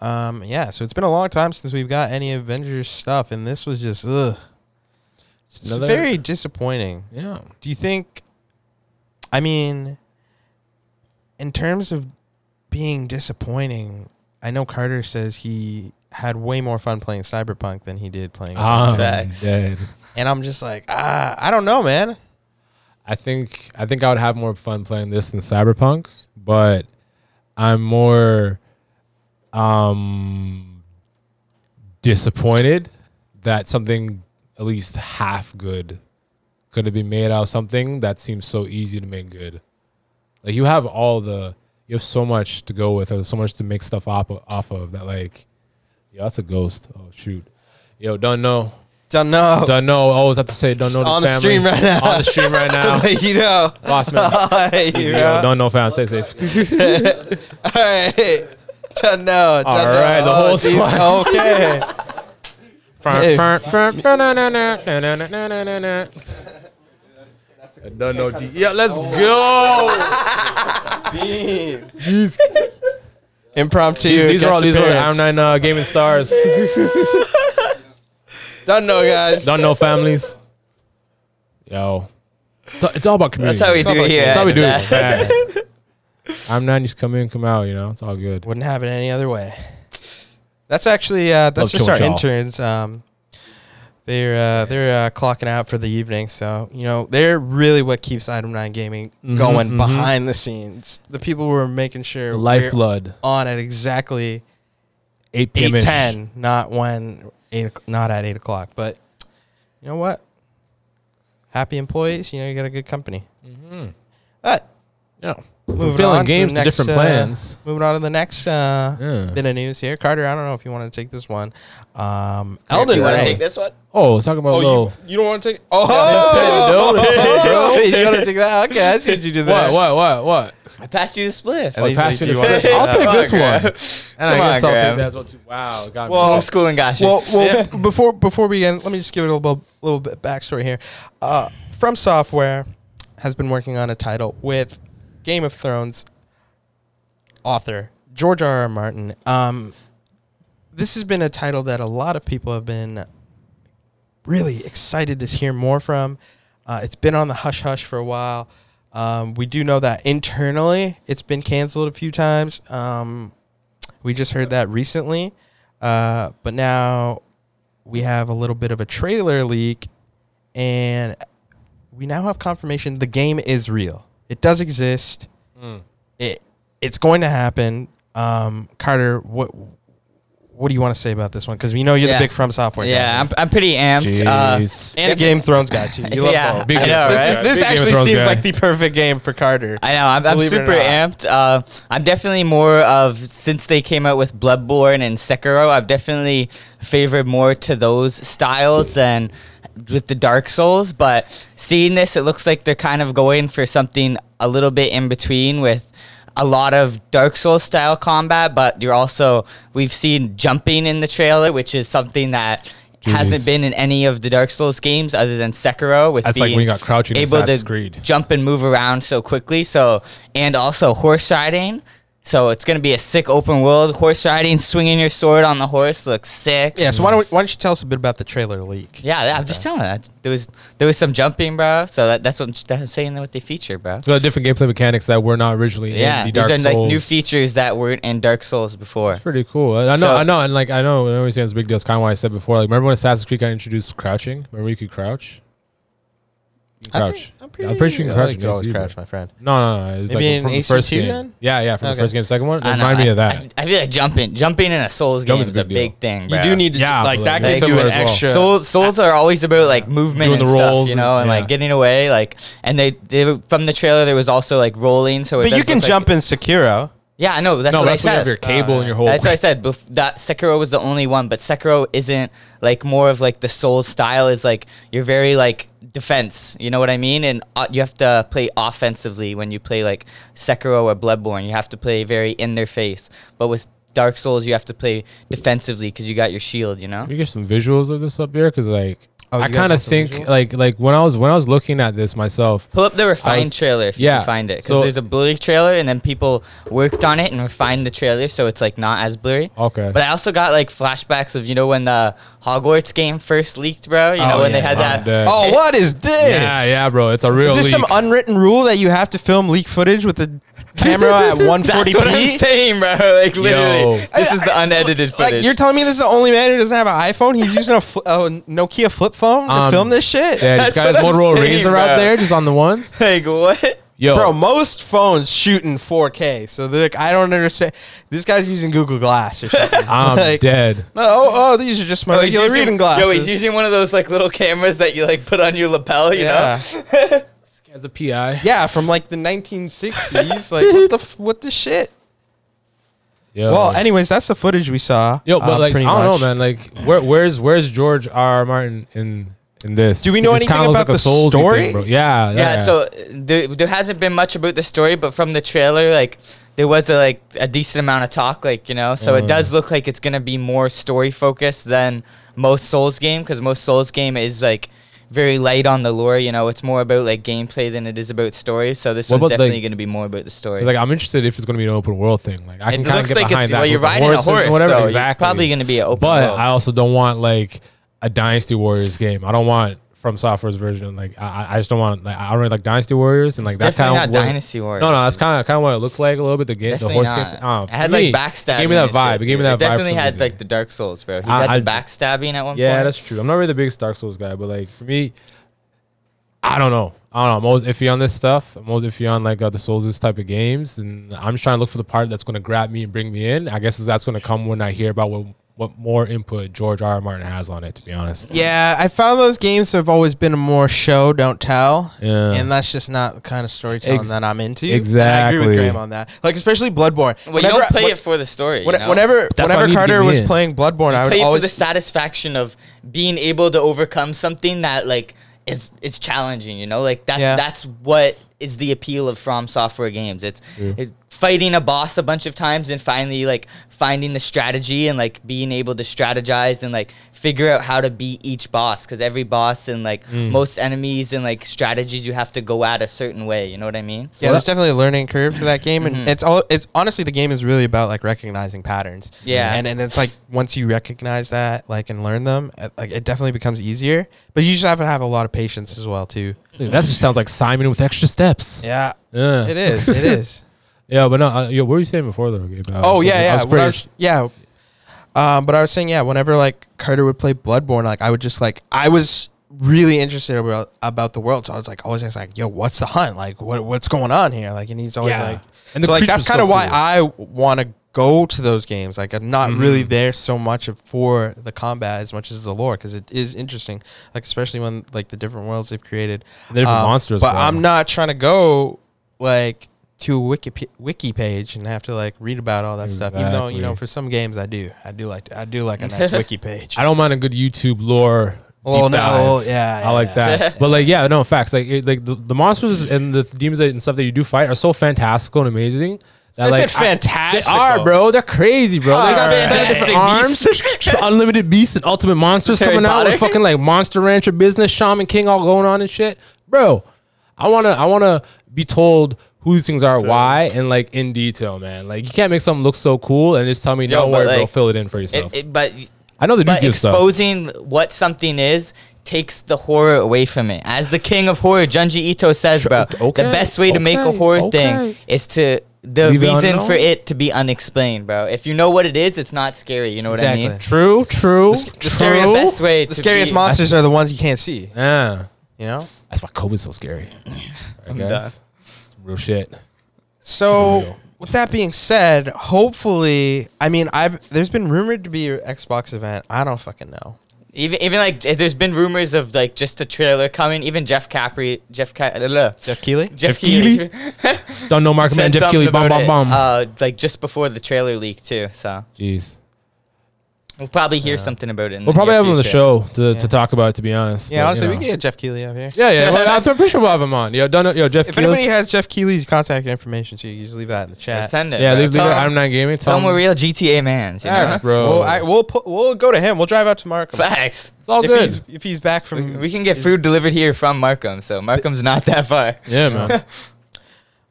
Speaker 1: Um yeah, so it's been a long time since we've got any Avengers stuff and this was just ugh. It's just
Speaker 2: Another-
Speaker 1: very disappointing.
Speaker 2: yeah.
Speaker 1: Do you think? I mean, in terms of being disappointing, I know Carter says he had way more fun playing Cyberpunk than he did playing.
Speaker 2: Um,
Speaker 3: Facts.
Speaker 2: yeah.
Speaker 1: and I'm just like, ah, I don't know, man.
Speaker 2: I think I think I would have more fun playing this than Cyberpunk, but I'm more um disappointed that something at least half good could have been made out of something that seems so easy to make good. Like you have all the you have so much to go with or so much to make stuff off of, off of that like yo, that's a ghost. Oh shoot. Yo, don't know.
Speaker 1: Don't know.
Speaker 2: Don't know. I always have to say don't know
Speaker 1: Just
Speaker 2: the
Speaker 1: on the
Speaker 2: family.
Speaker 1: stream right now.
Speaker 2: On the stream right now.
Speaker 1: Like, you know.
Speaker 2: Boss man.
Speaker 1: you
Speaker 2: Yo,
Speaker 1: know.
Speaker 2: don't know fam. Stay safe.
Speaker 1: All right. Don't know. Don't
Speaker 2: All
Speaker 1: know.
Speaker 2: right, the
Speaker 1: Oh,
Speaker 2: whole
Speaker 1: geez.
Speaker 2: squad.
Speaker 1: Okay. Hey.
Speaker 2: Don't know. G- Yeah, let's go.
Speaker 1: Impromptu.
Speaker 2: These, these are all these are
Speaker 1: guest
Speaker 2: I'm nine uh, gaming stars.
Speaker 1: appearance. Don't know, guys.
Speaker 2: Don't know families. Yo, it's, it's all about community.
Speaker 3: That's how we
Speaker 2: it's
Speaker 3: do
Speaker 2: all
Speaker 3: it
Speaker 2: about-
Speaker 3: here.
Speaker 2: That's how we do it.
Speaker 3: That-
Speaker 2: Facts. I'm nine. Just come in, come out. You know, it's all good.
Speaker 1: Wouldn't have it any other way. That's actually uh, that's just
Speaker 2: Love Chum
Speaker 1: our
Speaker 2: Chow.
Speaker 1: interns. Um, they're uh, they're uh, clocking out for the evening, so you know they're really what keeps Item Nine Gaming going
Speaker 2: mhm.
Speaker 1: behind the scenes. The people who are making sure
Speaker 2: The
Speaker 1: we're
Speaker 2: lifeblood.
Speaker 1: on at exactly
Speaker 2: Eight
Speaker 1: eight
Speaker 2: p.m. -ish.
Speaker 1: ten, not when eight o'c- not at eight o'clock. But you know what? Happy employees, you know you got a good company.
Speaker 2: Mhm.
Speaker 1: But
Speaker 2: Yeah.
Speaker 1: moving
Speaker 2: Fulfilling
Speaker 1: on
Speaker 2: games
Speaker 1: to, the
Speaker 2: to
Speaker 1: next,
Speaker 2: different
Speaker 1: uh,
Speaker 2: plans.
Speaker 1: Moving on to the next uh,
Speaker 2: Yeah.
Speaker 1: bit of news here, Carter. I don't know if you want to take this one. Um,
Speaker 3: you
Speaker 1: Elden
Speaker 3: wanna
Speaker 1: Ring.
Speaker 3: take this one?
Speaker 2: Oh, talking about little.
Speaker 1: you, you don't want to take? Oh,
Speaker 2: Yeah, that's it, bro.
Speaker 1: you don't want to take that? Okay, I see what you did there.
Speaker 2: What? What? What? What?
Speaker 3: I passed you the split.
Speaker 1: And he's
Speaker 2: pass
Speaker 1: like, "Do
Speaker 2: me the
Speaker 1: you wanna
Speaker 2: split." I'll
Speaker 1: that?"
Speaker 2: take
Speaker 3: Come
Speaker 2: this
Speaker 3: on,
Speaker 2: one.
Speaker 3: Graham.
Speaker 2: And I
Speaker 3: Come
Speaker 2: guess
Speaker 3: on,
Speaker 2: I'll take
Speaker 3: Graham.
Speaker 2: that as well too. Wow, got me.
Speaker 1: Well-
Speaker 3: Old school and gosh.
Speaker 1: Well, well,
Speaker 2: Yeah.
Speaker 1: b- before before we end, let me just give it a little bit, little bit backstory here. Uh, From Software has been working on a title with Game of Thrones author George R. R. Martin. Um, this has been a title that a lot of people have been really excited to hear more from. Uh, it's been on the hush hush for a while. Um, we do know that internally it's been canceled a few times. Um, we just heard that recently. Uh, but now we have a little bit of a trailer leak, and we now have confirmation the game is real. It does exist.
Speaker 2: Mm.
Speaker 1: It it's going to happen. Um, Carter, what what do you want to say about this one? Because we know you're
Speaker 3: Yeah.
Speaker 1: the big From Software. guy.
Speaker 3: Yeah, I'm, I'm pretty amped.
Speaker 2: Jeez.
Speaker 3: Uh,
Speaker 1: and a Game of Thrones guy too. You love
Speaker 3: Yeah,
Speaker 1: both.
Speaker 2: Big
Speaker 3: I
Speaker 2: Game-
Speaker 3: know,
Speaker 1: This,
Speaker 3: right?
Speaker 1: is-
Speaker 2: Yeah,
Speaker 1: this
Speaker 2: big Game of
Speaker 1: actually
Speaker 2: Thrones
Speaker 1: seems
Speaker 2: guy.
Speaker 1: like the perfect game for Carter.
Speaker 3: I know. I'm, I'm
Speaker 1: Believe it or
Speaker 3: super
Speaker 1: not.
Speaker 3: amped. Uh, I'm definitely more of since they came out with Bloodborne and Sekiro. I've definitely favored more to those styles than with the Dark Souls. But seeing this, it looks like they're kind of going for something a little bit in between with a lot of Dark Souls style combat. But you're also we've seen jumping in the trailer, which is something that. Hasn't
Speaker 2: Jeez.
Speaker 3: been in any of the Dark Souls games other than Sekiro with
Speaker 2: That's like
Speaker 3: being
Speaker 2: when you got crouching in
Speaker 3: able
Speaker 2: Assassin's
Speaker 3: to
Speaker 2: Creed.
Speaker 3: jump and move around so quickly. So and also horse riding. So it's gonna be a sick open world horse riding. Swinging your sword on the horse looks sick.
Speaker 1: Yeah. So why don't we, why don't you tell us a bit about the trailer leak?
Speaker 3: Yeah, I'm just telling that there was there was some jumping, bro. So that, that's what I'm, that's what I'm saying. What they feature, bro.
Speaker 2: There are different gameplay mechanics that were not originally
Speaker 3: Yeah,
Speaker 2: in the
Speaker 3: these
Speaker 2: Dark
Speaker 3: are
Speaker 2: Souls.
Speaker 3: like new features that weren't in Dark Souls before.
Speaker 2: Pretty cool. I I know,
Speaker 3: So-
Speaker 2: I know, and like I know, I know. It's a big deal. It's kind of what I said before. Like, remember when Assassin's Creed got introduced crouching? Remember you could crouch. You can
Speaker 1: I'm
Speaker 2: crouch.
Speaker 1: pretty- I'm
Speaker 2: I'm pretty sure you can
Speaker 1: I
Speaker 2: crouch.
Speaker 1: think
Speaker 2: in
Speaker 1: always
Speaker 2: AC,
Speaker 1: crouch,
Speaker 2: but-
Speaker 1: my friend.
Speaker 2: No, no, no. It's
Speaker 1: Maybe
Speaker 2: like
Speaker 1: in
Speaker 2: from the
Speaker 1: AC2
Speaker 2: first game.
Speaker 1: then?
Speaker 2: Yeah, yeah. From
Speaker 1: Okay.
Speaker 2: the first game, second one. It
Speaker 3: I know,
Speaker 2: reminded me
Speaker 3: I-
Speaker 2: of that.
Speaker 3: I, I feel like jumping jumping in a Souls game
Speaker 2: Jumping's
Speaker 3: is a
Speaker 2: a big deal.
Speaker 3: big thing.
Speaker 1: You
Speaker 3: bro.
Speaker 1: do need to
Speaker 2: Yeah,
Speaker 1: like that
Speaker 2: but
Speaker 1: gives
Speaker 3: like-
Speaker 1: you an
Speaker 2: Similar as well.
Speaker 1: extra.
Speaker 3: Souls, souls are always about like movement
Speaker 2: Doing
Speaker 3: and
Speaker 2: the
Speaker 3: stuff,
Speaker 2: rolls
Speaker 3: you know, and,
Speaker 2: and- yeah.
Speaker 3: like getting away. Like, and they, they were- from the trailer there was also like rolling. So, it
Speaker 1: but
Speaker 3: does
Speaker 1: you can
Speaker 3: look like-
Speaker 1: jump in Sekiro.
Speaker 3: Yeah, I know. That's
Speaker 2: no,
Speaker 3: what
Speaker 2: that's
Speaker 3: I
Speaker 2: when you
Speaker 3: said.
Speaker 2: have your cable and your whole.
Speaker 3: That's what I said. Bef- that Sekiro was the only one, but Sekiro isn't like more of like the Souls style. Is like you're very like defense. You know what I mean? And uh, you have to play offensively when you play like Sekiro or Bloodborne. You have to play very in their face. But with Dark Souls, you have to play defensively because you got your shield. You know.
Speaker 2: Can we get some visuals of this up here? Because like
Speaker 1: Oh, you
Speaker 2: I
Speaker 1: guys
Speaker 2: kind
Speaker 1: want
Speaker 2: of
Speaker 1: some
Speaker 2: think
Speaker 1: visuals?
Speaker 2: like like when I was when I was looking at this myself.
Speaker 3: Pull up the refined
Speaker 2: was-
Speaker 3: trailer if you
Speaker 2: yeah,
Speaker 3: can find it. Because
Speaker 2: so-
Speaker 3: there's a blurry trailer, and then people worked on it and refined the trailer, so it's like not as blurry.
Speaker 2: Okay.
Speaker 3: But I also got like flashbacks of you know when the Hogwarts game first leaked, bro. You know
Speaker 1: Oh,
Speaker 3: when they
Speaker 1: yeah.
Speaker 3: had that.
Speaker 2: Dead.
Speaker 1: Oh, what is this?
Speaker 2: yeah, yeah, bro. It's a real
Speaker 1: Is there
Speaker 2: leak.
Speaker 1: some unwritten rule that you have to film leak footage with the camera at 140p?
Speaker 3: That's what I'm saying, bro. Like literally,
Speaker 2: Yo.
Speaker 3: this is the unedited footage.
Speaker 1: Like you're telling me this is the only man who doesn't have an iPhone? He's using a, fl- a Nokia flip phone to
Speaker 2: Um,
Speaker 1: film this shit.
Speaker 2: yeah, he's
Speaker 3: That's
Speaker 2: got his
Speaker 3: what I'm
Speaker 2: Motorola
Speaker 3: saying,
Speaker 2: Razor
Speaker 3: bro.
Speaker 2: out there, just on the ones.
Speaker 3: like what?
Speaker 2: Yo,
Speaker 1: Bro, most phones shoot in 4K, so they're like, I don't understand. This guy's using Google Glass or something.
Speaker 2: I'm
Speaker 1: like-
Speaker 2: dead.
Speaker 1: no, oh, oh, these are just my
Speaker 3: Oh, he's
Speaker 1: regular
Speaker 3: using-
Speaker 1: reading glasses.
Speaker 3: Yo, he's using one of those like little cameras that you like put on your lapel. You
Speaker 1: yeah,
Speaker 2: As a PI.
Speaker 1: yeah, from like the 1960s. like, what the f- what the shit?
Speaker 2: Yo.
Speaker 1: Well, anyways, that's the footage we saw.
Speaker 2: Yo, but
Speaker 1: um,
Speaker 2: like I
Speaker 1: pretty
Speaker 2: don't
Speaker 1: much.
Speaker 2: know, man. Like, where, where's where's George R. R. Martin in in this?
Speaker 1: Do we know
Speaker 2: This kinda
Speaker 1: anything
Speaker 2: looks
Speaker 1: about the
Speaker 2: Soulsy
Speaker 1: story?
Speaker 2: Yeah, yeah.
Speaker 3: yeah, so uh, there, there hasn't been much about the story but from the trailer like there was a, like a decent amount of talk like you know so it
Speaker 2: Mm.
Speaker 3: does look like it's gonna be more story focused than most souls game because most souls game is like very light on the lore you know it's more about like gameplay than it is about story so this
Speaker 2: What
Speaker 3: one's
Speaker 2: about,
Speaker 3: definitely
Speaker 2: like-
Speaker 3: gonna be more about the story
Speaker 2: 'Cause, like I'm interested if it's gonna be an open world thing. Like I
Speaker 3: it
Speaker 2: can kind of
Speaker 3: looks
Speaker 2: get
Speaker 3: like
Speaker 2: behind
Speaker 3: it's
Speaker 2: that.
Speaker 3: well you're
Speaker 2: with the
Speaker 3: riding a
Speaker 2: horses and
Speaker 3: horse
Speaker 2: whatever.
Speaker 3: so
Speaker 2: exactly.
Speaker 3: it's probably gonna be an open
Speaker 2: But
Speaker 3: world.
Speaker 2: I also don't want like a Dynasty Warriors game. I don't want From Software's version. Like I, I- I just don't want. Like, I don't really like Dynasty Warriors and like that
Speaker 3: definitely
Speaker 2: kind
Speaker 3: not
Speaker 2: of.
Speaker 3: Dynasty Warriors.
Speaker 2: No, no, that's kind of kind of what it looked like a little bit. The game, the
Speaker 3: Definitely
Speaker 2: horse
Speaker 3: not.
Speaker 2: game. Uh,
Speaker 3: it
Speaker 2: for
Speaker 3: had
Speaker 2: me,
Speaker 3: like backstabbing.
Speaker 2: It gave me that
Speaker 3: and shit,
Speaker 2: vibe. It gave me
Speaker 3: dude.
Speaker 2: that vibe.
Speaker 3: It
Speaker 2: for
Speaker 3: definitely
Speaker 2: some
Speaker 3: had
Speaker 2: reason.
Speaker 3: like the Dark Souls, bro. He
Speaker 2: I-
Speaker 3: got the
Speaker 2: I-
Speaker 3: backstabbing at one
Speaker 2: Yeah,
Speaker 3: point.
Speaker 2: that's true. I'm not really the biggest Dark Souls guy, but like for me, I don't know. I don't know. I'm always iffy on this stuff. I'm always iffy on like uh, the Souls this type of games, and I'm just trying to look for the part that's going to grab me and bring me in. I guess that's going to come when I hear about what what more input George R. R. Martin has on it. To be honest,
Speaker 1: Yeah, I found those games have always been more show, don't tell.
Speaker 2: Yeah.
Speaker 1: And that's just not the kind of storytelling
Speaker 2: Ex-
Speaker 1: that I'm into. And I agree with
Speaker 2: exactly.
Speaker 1: Graham on that. Like, especially Bloodborne.
Speaker 3: Well, you don't play it for the story. you know?
Speaker 1: Whenever,
Speaker 2: why I
Speaker 1: whenever
Speaker 2: need to
Speaker 1: Carter
Speaker 2: get
Speaker 1: was
Speaker 2: in.
Speaker 1: playing Bloodborne, I would
Speaker 3: play it for
Speaker 1: always.
Speaker 3: the satisfaction of being able to overcome something that like is is challenging. You know, like that's
Speaker 1: Yeah.
Speaker 3: that's what is the appeal of From Software games. It's it, fighting a boss a bunch of times and finally like finding the strategy and like being able to strategize and like figure out how to beat each boss because every boss and like
Speaker 1: Mm.
Speaker 3: most enemies and like strategies you have to go at a certain way. You know what I mean?
Speaker 1: Yeah, there's definitely a learning curve to that game, and it's all. It's honestly the game is really about like recognizing patterns.
Speaker 3: Yeah.
Speaker 1: and and it's like once you recognize that, like and learn them, uh, like it definitely becomes easier. But you just have to have a lot of patience as well, too.
Speaker 2: Dude, that just sounds like Simon with extra steps.
Speaker 1: Yeah,
Speaker 2: Yeah.
Speaker 1: it is. It is.
Speaker 2: Yeah, but no, uh, yo, what were you saying before though? Gabe? I was
Speaker 1: oh yeah,
Speaker 2: looking-
Speaker 1: yeah.
Speaker 2: I was
Speaker 1: what
Speaker 2: pretty-
Speaker 1: I was- yeah. Um, but I was saying yeah, whenever like Carter would play Bloodborne, like I would just like I was really interested about about the world, so I was like always asked, like, yo, what's the hunt? Like, what what's going on here? Like, and he's always
Speaker 2: Yeah.
Speaker 1: like,
Speaker 2: And the
Speaker 1: so like that's
Speaker 2: creature's
Speaker 1: kind of
Speaker 2: so
Speaker 1: why
Speaker 2: cool. Mm-hmm.
Speaker 1: I want to go to those games. Like, I'm not really there so much for the combat as much as the lore because it is interesting. Like, especially when like the different worlds they've created, Um,
Speaker 2: The different monsters,
Speaker 1: But
Speaker 2: bro.
Speaker 1: I'm not trying to go like to a wiki p- wiki page and have to like read about all that stuff. Even though you know,
Speaker 2: Exactly.
Speaker 1: for some games, I do, I do like, to, I do like a nice wiki page.
Speaker 2: I don't mind a good YouTube lore.
Speaker 1: A little- a
Speaker 2: deep dive.
Speaker 1: little- yeah, yeah,
Speaker 2: I like
Speaker 1: yeah.
Speaker 2: that. but like, yeah, no facts. Like, it, like the, the monsters and the demons that- and stuff that you do fight are so fantastical and amazing. That,
Speaker 1: I said
Speaker 2: I-
Speaker 1: fantastical.
Speaker 2: They are, bro. They're crazy, bro. They got
Speaker 1: Alright.
Speaker 2: seven different arms, unlimited beasts, and ultimate monsters
Speaker 3: Harry
Speaker 2: coming out with
Speaker 3: Potter.
Speaker 2: fucking like Monster Rancher business, Shaman King, all going on and shit, bro. I wanna, I wanna be told who these things are, why, and like in detail, man. Like, you can't make something look so cool and just tell me,
Speaker 3: Yo,
Speaker 2: no
Speaker 3: but,
Speaker 2: worry, bro,
Speaker 3: like,
Speaker 2: fill it in for
Speaker 3: It-
Speaker 2: yourself.
Speaker 3: it- but
Speaker 2: I know they do
Speaker 3: but
Speaker 2: give stuff.
Speaker 3: exposing what something is takes the horror away from it. As the king of horror, Junji Ito says, bro,
Speaker 2: okay,
Speaker 3: the best way to make a
Speaker 2: okay,
Speaker 3: horror
Speaker 2: okay.
Speaker 3: thing is to the
Speaker 2: Leave it
Speaker 3: reason for
Speaker 2: unknown?
Speaker 3: it to be unexplained, bro. If you know what it is, it's not scary. You know what I mean?
Speaker 1: Exactly.
Speaker 2: True, true,
Speaker 3: The scariest best way.
Speaker 1: The
Speaker 3: to
Speaker 1: scariest
Speaker 3: be-
Speaker 1: monsters are the ones you can't see.
Speaker 2: Yeah,
Speaker 1: You know.
Speaker 2: that's why COVID's so scary. I
Speaker 3: done.
Speaker 2: guess it's real shit.
Speaker 1: So
Speaker 2: Unreal.
Speaker 1: with that being said, hopefully, I mean, I've there's been rumored to be an Xbox event. I don't fucking know.
Speaker 3: Even even like j- there's been rumors of like just a trailer coming. Even Jeff Capri, Jeff Ca- Jeff,
Speaker 1: Jeff Keeley.
Speaker 3: Jeff
Speaker 2: Jeff Keighley?
Speaker 3: Keighley
Speaker 2: Don't know, Mark
Speaker 3: said
Speaker 2: Man, Jeff
Speaker 3: something
Speaker 2: Keighley, bomb,
Speaker 3: about
Speaker 2: bomb,
Speaker 3: it,
Speaker 2: bomb.
Speaker 3: Uh, like just before the trailer leak too. So
Speaker 1: mm,
Speaker 2: Jeez,
Speaker 3: we'll probably hear something about it. in
Speaker 2: we'll
Speaker 3: the
Speaker 2: probably
Speaker 3: near
Speaker 2: have him on the
Speaker 3: future.
Speaker 2: show to, to talk about it. To be honest,
Speaker 1: Yeah,
Speaker 2: but,
Speaker 1: honestly,
Speaker 2: you
Speaker 1: we
Speaker 2: know.
Speaker 1: can get Jeff Keeley out here.
Speaker 2: Yeah, yeah. well, I'm pretty sure we'll have him on. Yo, don't know, yo, Jeff
Speaker 1: If anybody
Speaker 2: Keighley's-
Speaker 1: has Jeff Keeley's contact information, so you can just leave that in the chat.
Speaker 3: Send it.
Speaker 2: yeah,
Speaker 3: bro.
Speaker 2: leave, leave
Speaker 3: Tell
Speaker 2: it.
Speaker 3: him-
Speaker 2: I'm not gaming. Tell
Speaker 3: Tell
Speaker 2: him
Speaker 3: them we're real GTA mans. You know?
Speaker 2: Facts, bro.
Speaker 1: We'll, I, we'll put, we'll go to him. We'll drive out to Markham.
Speaker 3: Facts.
Speaker 2: It's all
Speaker 1: if
Speaker 2: good.
Speaker 1: he's if he's back from
Speaker 3: We can get food delivered here from Markham, so Markham's not that far.
Speaker 2: yeah, man.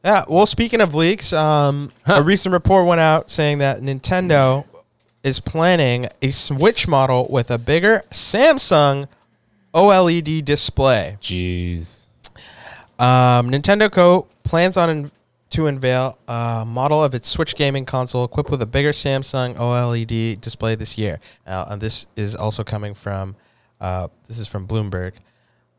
Speaker 1: Yeah. Well, speaking of leaks, um, a recent report went out saying that Nintendo is planning a Switch model with a bigger Samsung OLED display.
Speaker 2: Jeez.
Speaker 1: Um, Nintendo Co. plans on in- to unveil a model of its Switch gaming console equipped with a bigger Samsung OLED display this year. Now, and this is also coming from uh, this is from Bloomberg,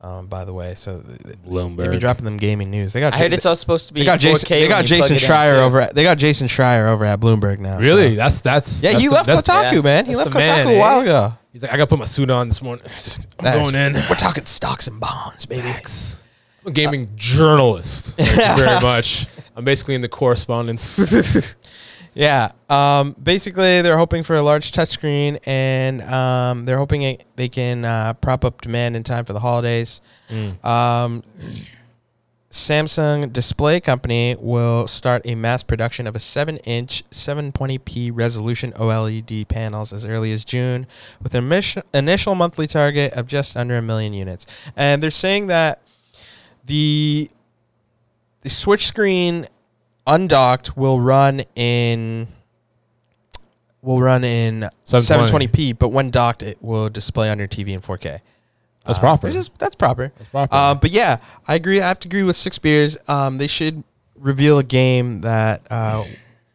Speaker 1: um, by the way. So th- th- they be
Speaker 2: Bloomberg.
Speaker 1: dropping them gaming news. They got
Speaker 3: I
Speaker 1: Ja-
Speaker 3: heard it's all supposed to be.
Speaker 1: they got
Speaker 3: 4K
Speaker 1: Jason. They
Speaker 3: when
Speaker 1: got
Speaker 3: you
Speaker 1: Jason
Speaker 3: plug it in,
Speaker 1: Schreier
Speaker 3: too.
Speaker 1: over. At, they got Jason Schreier over at Bloomberg now. so-
Speaker 2: Really? That's that's.
Speaker 1: Yeah,
Speaker 2: that's
Speaker 1: he
Speaker 2: the-
Speaker 1: left
Speaker 2: that's-
Speaker 1: Kotaku, man. He
Speaker 2: that's
Speaker 1: left
Speaker 2: the
Speaker 1: Kotaku
Speaker 2: man,
Speaker 1: a while
Speaker 2: eh?
Speaker 1: ago.
Speaker 2: He's like, I gotta put my suit on this morning. I'm
Speaker 1: Nice.
Speaker 2: going in.
Speaker 1: We're talking stocks and bonds, baby.
Speaker 2: I'm a gaming journalist. Thank you very much. I'm basically in the correspondence.
Speaker 1: Yeah. Um, basically, they're hoping for a large touchscreen, and um, they're hoping it, they can uh, prop up demand in time for the holidays.
Speaker 2: Mm.
Speaker 1: Um, Samsung Display Company will start a mass production of a 7-inch, 720p resolution OLED panels as early as June, with an initial- initial monthly target of just under a million units. And they're saying that the the switch screen undocked will run in will run in
Speaker 2: 720.
Speaker 1: 720p, but when docked, it will display on your TV in 4K.
Speaker 2: That's proper.
Speaker 1: Which is, that's proper. That's
Speaker 2: proper.
Speaker 1: Um, but yeah, I agree. I have to agree with Six Beers. Um, they should reveal a game that uh,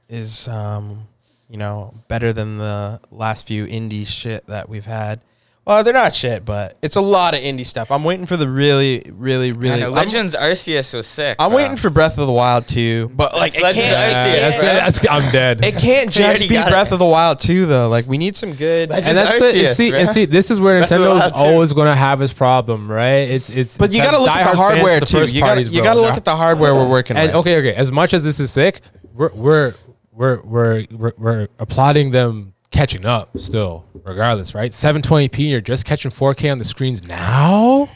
Speaker 1: is, um, you know, better than the last few indie shit that we've had. Well, they're not shit, but it's a lot of indie stuff. I'm waiting for the really, really,
Speaker 3: I
Speaker 1: really.
Speaker 3: know,
Speaker 1: I'm-
Speaker 3: Legends Arceus was sick.
Speaker 1: I'm,
Speaker 3: bro.
Speaker 1: waiting for Breath of the Wild too, but like it
Speaker 3: Legends
Speaker 2: Uh,
Speaker 1: can't,
Speaker 3: Arceus.
Speaker 2: that's-
Speaker 3: bro.
Speaker 2: that's- I'm dead.
Speaker 1: it can't
Speaker 3: They already
Speaker 1: just be
Speaker 3: got it.
Speaker 1: Breath of the Wild too, though. Like we need some good.
Speaker 3: Legends-
Speaker 2: and that's the, and
Speaker 3: Arceus,
Speaker 2: see,
Speaker 3: bro.
Speaker 2: and see, this is where
Speaker 3: Breath of the
Speaker 2: Nintendo
Speaker 3: Wild
Speaker 2: is
Speaker 3: too.
Speaker 2: always going to have his problem, right? It's it's.
Speaker 1: But you got to look at the hardware too. You got you got to look at the hardware we're working
Speaker 2: And
Speaker 1: with.
Speaker 2: okay, okay. As much as this is sick, we're we're we're we're we're, we're applauding them catching up still, regardless, right? 720p, you're just catching 4K on the screens now.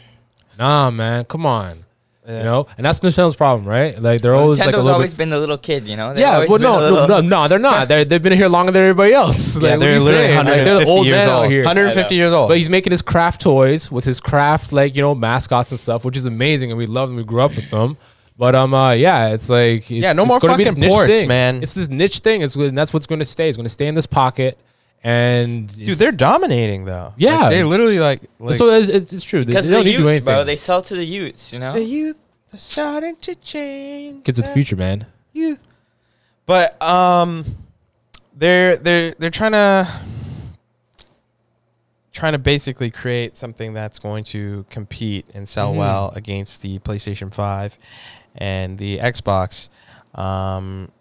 Speaker 2: Nah, man, come on. You know, and that's Nintendo's problem, right? Like they're always like a
Speaker 3: Nintendo's
Speaker 2: little
Speaker 3: always
Speaker 2: bit.
Speaker 3: been the little kid, you know. They've
Speaker 2: Yeah,
Speaker 3: always
Speaker 2: well,
Speaker 3: been
Speaker 2: no,
Speaker 3: the
Speaker 2: no,
Speaker 3: little-
Speaker 2: no, no, they're not. They're, they've been here longer than everybody else. Like,
Speaker 1: yeah,
Speaker 2: what do
Speaker 1: they're
Speaker 2: you
Speaker 1: literally
Speaker 2: say? Like, they're the
Speaker 1: 150
Speaker 2: old
Speaker 1: years
Speaker 2: man out
Speaker 1: old.
Speaker 2: here.
Speaker 1: 150 years old.
Speaker 2: But he's making his craft toys with his craft, like you know, mascots and stuff, which is amazing, and we love them. We grew up with them. But um, uh, yeah, it's like it's,
Speaker 1: Yeah, no
Speaker 2: it's
Speaker 1: more
Speaker 2: gonna be
Speaker 1: fucking
Speaker 2: this niche
Speaker 1: ports,
Speaker 2: thing.
Speaker 1: man.
Speaker 2: It's this niche thing. It's and that's what's going to stay. It's going to stay in this pocket, and
Speaker 1: Dude, they're dominating though.
Speaker 2: Yeah.
Speaker 1: Like, they literally like, like
Speaker 2: so it's, it's, it's true. They,
Speaker 3: Because
Speaker 2: they
Speaker 3: the
Speaker 2: don't need to do
Speaker 3: Utes,
Speaker 2: anything.
Speaker 3: bro, they sell to the Utes, you know.
Speaker 1: the youth are starting to change.
Speaker 2: Kids with the future, man.
Speaker 1: youth. But um, they're they're they're trying to trying to basically create something that's going to compete and sell
Speaker 2: Mm-hmm.
Speaker 1: well against the PlayStation Five and the Xbox. Um,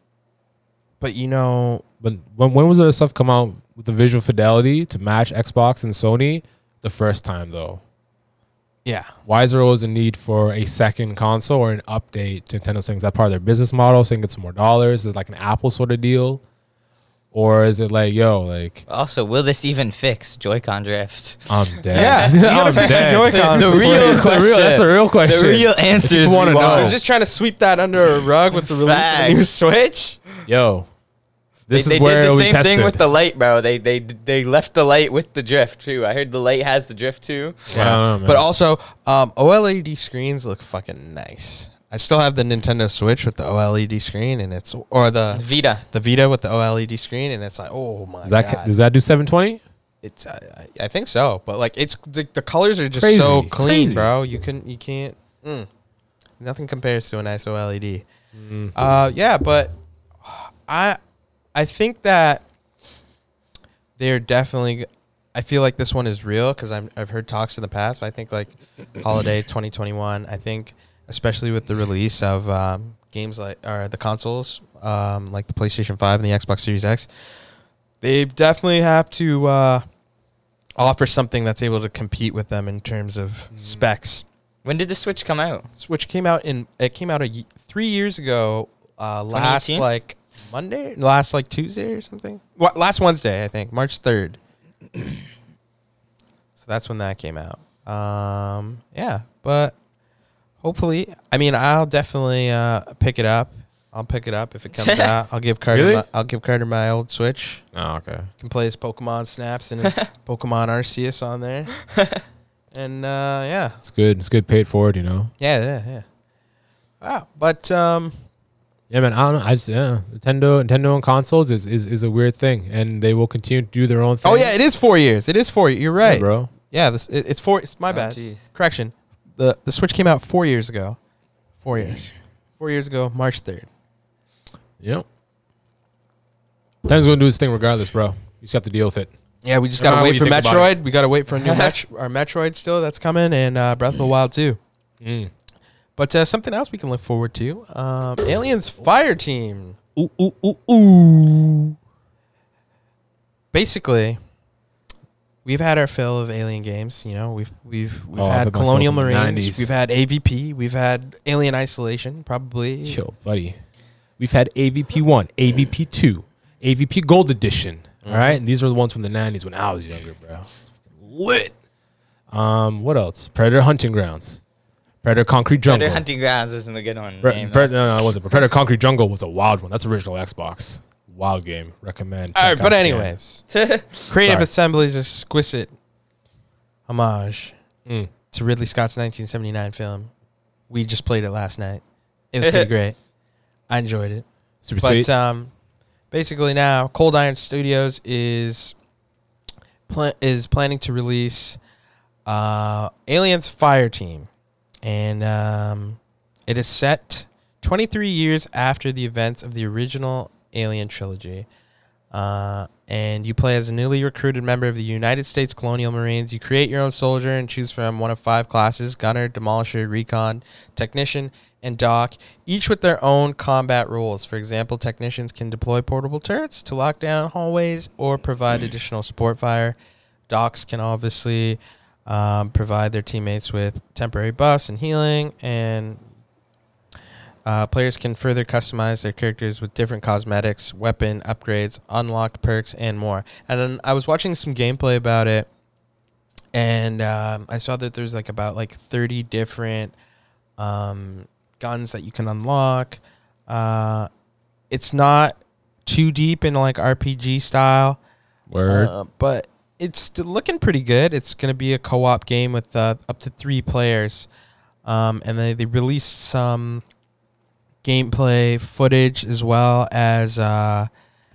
Speaker 1: but you know,
Speaker 2: But when when was the stuff come out with the visual fidelity to match Xbox and Sony? The first time though.
Speaker 1: yeah,
Speaker 2: Why is there always a need for a second console or an update to Nintendo saying is that part of their business model, saying get some more dollars? Is it like an Apple sort of deal? Or is it like, yo, like
Speaker 3: Also, will this even fix Joy-Con drift?
Speaker 2: I'm
Speaker 1: yeah.
Speaker 2: dead.
Speaker 1: You gotta fix your Joy-Cons.
Speaker 3: The
Speaker 1: before
Speaker 3: real
Speaker 1: you-
Speaker 2: That's Oh, the real- that's the real question.
Speaker 3: The real answer is
Speaker 2: wanna
Speaker 3: we
Speaker 2: know.
Speaker 3: want.
Speaker 1: They're just trying to sweep that under a rug with the release of the new
Speaker 3: Facts.
Speaker 1: Switch.
Speaker 2: Yo. This
Speaker 3: they,
Speaker 2: is
Speaker 3: they
Speaker 2: where
Speaker 3: did the
Speaker 2: we
Speaker 3: same
Speaker 2: tested.
Speaker 3: thing with the light, bro. They they they left the light with the drift too. I heard the light has the drift too.
Speaker 2: I don't know,
Speaker 1: But
Speaker 2: man.
Speaker 1: also, um, OLED screens look fucking nice. I still have the Nintendo Switch with the OLED screen, and it's or the
Speaker 3: Vita.
Speaker 1: the Vita with the OLED screen, and it's like, oh my
Speaker 2: does that
Speaker 1: god,
Speaker 2: does that do 720?
Speaker 1: it's I, I I think so. But like, it's the, the colors are just
Speaker 2: Crazy.
Speaker 1: so clean,
Speaker 2: Crazy.
Speaker 1: bro. You can you can't. Mm, nothing compares to a nice OLED. E
Speaker 2: Mm-hmm.
Speaker 1: Uh, yeah, but I I think that they're definitely. g- I feel like this one is real because I'm I've heard talks in the past, but I think like holiday 2021. I think especially with the release of um, games like or the consoles um, like the PlayStation 5 and the Xbox Series X, they definitely have to uh, offer something that's able to compete with them in terms of specs.
Speaker 3: When did the Switch come out?
Speaker 1: Which came out in it came out a ye- three years ago, uh, last
Speaker 3: 2018?
Speaker 1: like Monday, last like Tuesday or something. What last Wednesday I think, March third. so that's when that came out. Um, yeah, but hopefully, I mean, I'll definitely uh, pick it up. I'll pick it up if it comes out. I'll give Carter.
Speaker 2: Really?
Speaker 1: My, I'll give Carter my old Switch
Speaker 2: Oh, okay.
Speaker 1: can play his Pokemon Snaps and his Pokemon Arceus on there. and uh, yeah,
Speaker 2: It's good. It's good. Pay it forward, you know.
Speaker 1: yeah, yeah, yeah. Wow, but um,
Speaker 2: Yeah, man. I don't know. I just yeah. Nintendo, Nintendo on consoles is, is is a weird thing, and they will continue to do their own thing.
Speaker 1: oh yeah, it is four years. It is four. years. You're right,
Speaker 2: Yeah, bro.
Speaker 1: Yeah, this it, it's four. It's my
Speaker 3: Oh,
Speaker 1: bad.
Speaker 3: jeez.
Speaker 1: Correction. The the Switch came out four years ago. Four years. Four years ago, March third.
Speaker 2: Yep. Nintendo's gonna do his thing regardless, bro. You just have to deal with it.
Speaker 1: Yeah, we just
Speaker 2: No
Speaker 1: gotta
Speaker 2: matter what
Speaker 1: wait
Speaker 2: you
Speaker 1: for
Speaker 2: think about
Speaker 1: Metroid. We gotta wait for a new match. Our Metroid still that's coming, and uh, Breath of the Wild too.
Speaker 2: Mm.
Speaker 1: But uh, something else we can look forward to: um, Aliens Fire Team.
Speaker 2: Ooh ooh ooh ooh.
Speaker 1: basically, we've had our fill of alien games. You know, we've we've we've
Speaker 2: Oh, I
Speaker 1: had
Speaker 2: put my
Speaker 1: Colonial
Speaker 2: fill in
Speaker 1: Marines,
Speaker 2: the 90s.
Speaker 1: we've had AVP, we've had Alien Isolation, probably.
Speaker 2: Chill, buddy. We've had AVP one, AVP two, AVP Gold Edition. all right, and these are the ones from the '90s when I was younger, bro. It's Lit. Um, what else? Predator Hunting Grounds, Predator Concrete Jungle.
Speaker 3: Predator Hunting Grounds isn't a good one.
Speaker 2: Pre-
Speaker 3: name,
Speaker 2: Pre-
Speaker 3: though.
Speaker 2: no, no, it wasn't. But Predator Concrete Jungle was a wild one. That's original Xbox. Wild game. Recommend.
Speaker 1: All right,
Speaker 2: Check
Speaker 1: but
Speaker 2: out.
Speaker 1: anyways, Creative
Speaker 2: Sorry.
Speaker 1: Assembly's exquisite homage
Speaker 2: Mm.
Speaker 1: to Ridley Scott's 1979 film. We just played it last night. It was pretty great. I enjoyed it.
Speaker 2: Yeah. Super
Speaker 1: but
Speaker 2: sweet.
Speaker 1: um, basically now Cold Iron Studios is pl- is planning to release uh, Aliens Fire Team, and um, it is set 23 years after the events of the original Alien trilogy. Uh, and you play as a newly recruited member of the United States Colonial Marines. You create your own soldier and choose from one of five classes gunner, demolisher, recon, technician, and doc, each with their own combat roles. For example, technicians can deploy portable turrets to lock down hallways or provide additional support fire. Docs can obviously um, provide their teammates with temporary buffs and healing, and uh, players can further customize their characters with different cosmetics, weapon upgrades, unlocked perks, and more. And then I was watching some gameplay about it, and um, I saw that there's like about like 30 different um, guns that you can unlock. Uh, it's not too deep in like RPG style,
Speaker 2: Word.
Speaker 1: uh, but it's still looking pretty good. It's going to be a co op game with uh, up to three players. Um, and they, they released some gameplay footage as well as. Uh,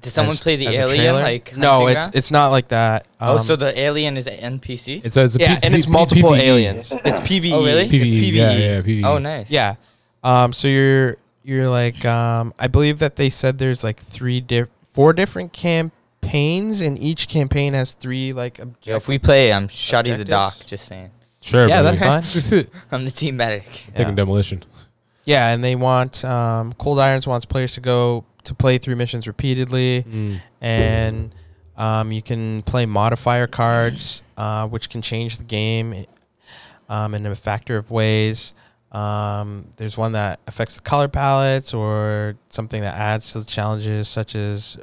Speaker 3: Did someone
Speaker 1: as-
Speaker 3: play the
Speaker 1: as a
Speaker 3: alien?
Speaker 1: trailer.
Speaker 3: Like
Speaker 1: no,
Speaker 3: hunting
Speaker 1: it's
Speaker 3: ground?
Speaker 1: it's not like that.
Speaker 3: oh,
Speaker 1: Um,
Speaker 3: so the alien is an NPC.
Speaker 2: it's a, it's a
Speaker 1: yeah,
Speaker 2: P-
Speaker 1: and
Speaker 2: P- E.
Speaker 1: it's
Speaker 2: P-
Speaker 1: multiple
Speaker 2: PvE.
Speaker 1: aliens. It's PVE.
Speaker 3: Oh, really?
Speaker 2: PvE.
Speaker 1: It's E. PVE.
Speaker 2: E, Yeah, yeah, E. PvE.
Speaker 3: oh, nice.
Speaker 1: Yeah. Um, so you're you're like um, I believe that they said there's like three diff four different campaigns and each campaign has three like
Speaker 3: Yo, if
Speaker 1: objectives.
Speaker 3: we play, I'm Shotty the
Speaker 1: Objectives?
Speaker 3: Doc. Just saying,
Speaker 2: Sure.
Speaker 1: Yeah,
Speaker 2: buddy.
Speaker 1: that's
Speaker 3: I'm the team medic.
Speaker 1: Yeah.
Speaker 2: Taking demolition.
Speaker 1: yeah, and they want um, Cold Irons wants players to go to play through missions repeatedly and um, you can play modifier cards, uh, which can change the game um, in a factor of ways. Um, there's one that affects the color palettes or something that adds to the challenges, such as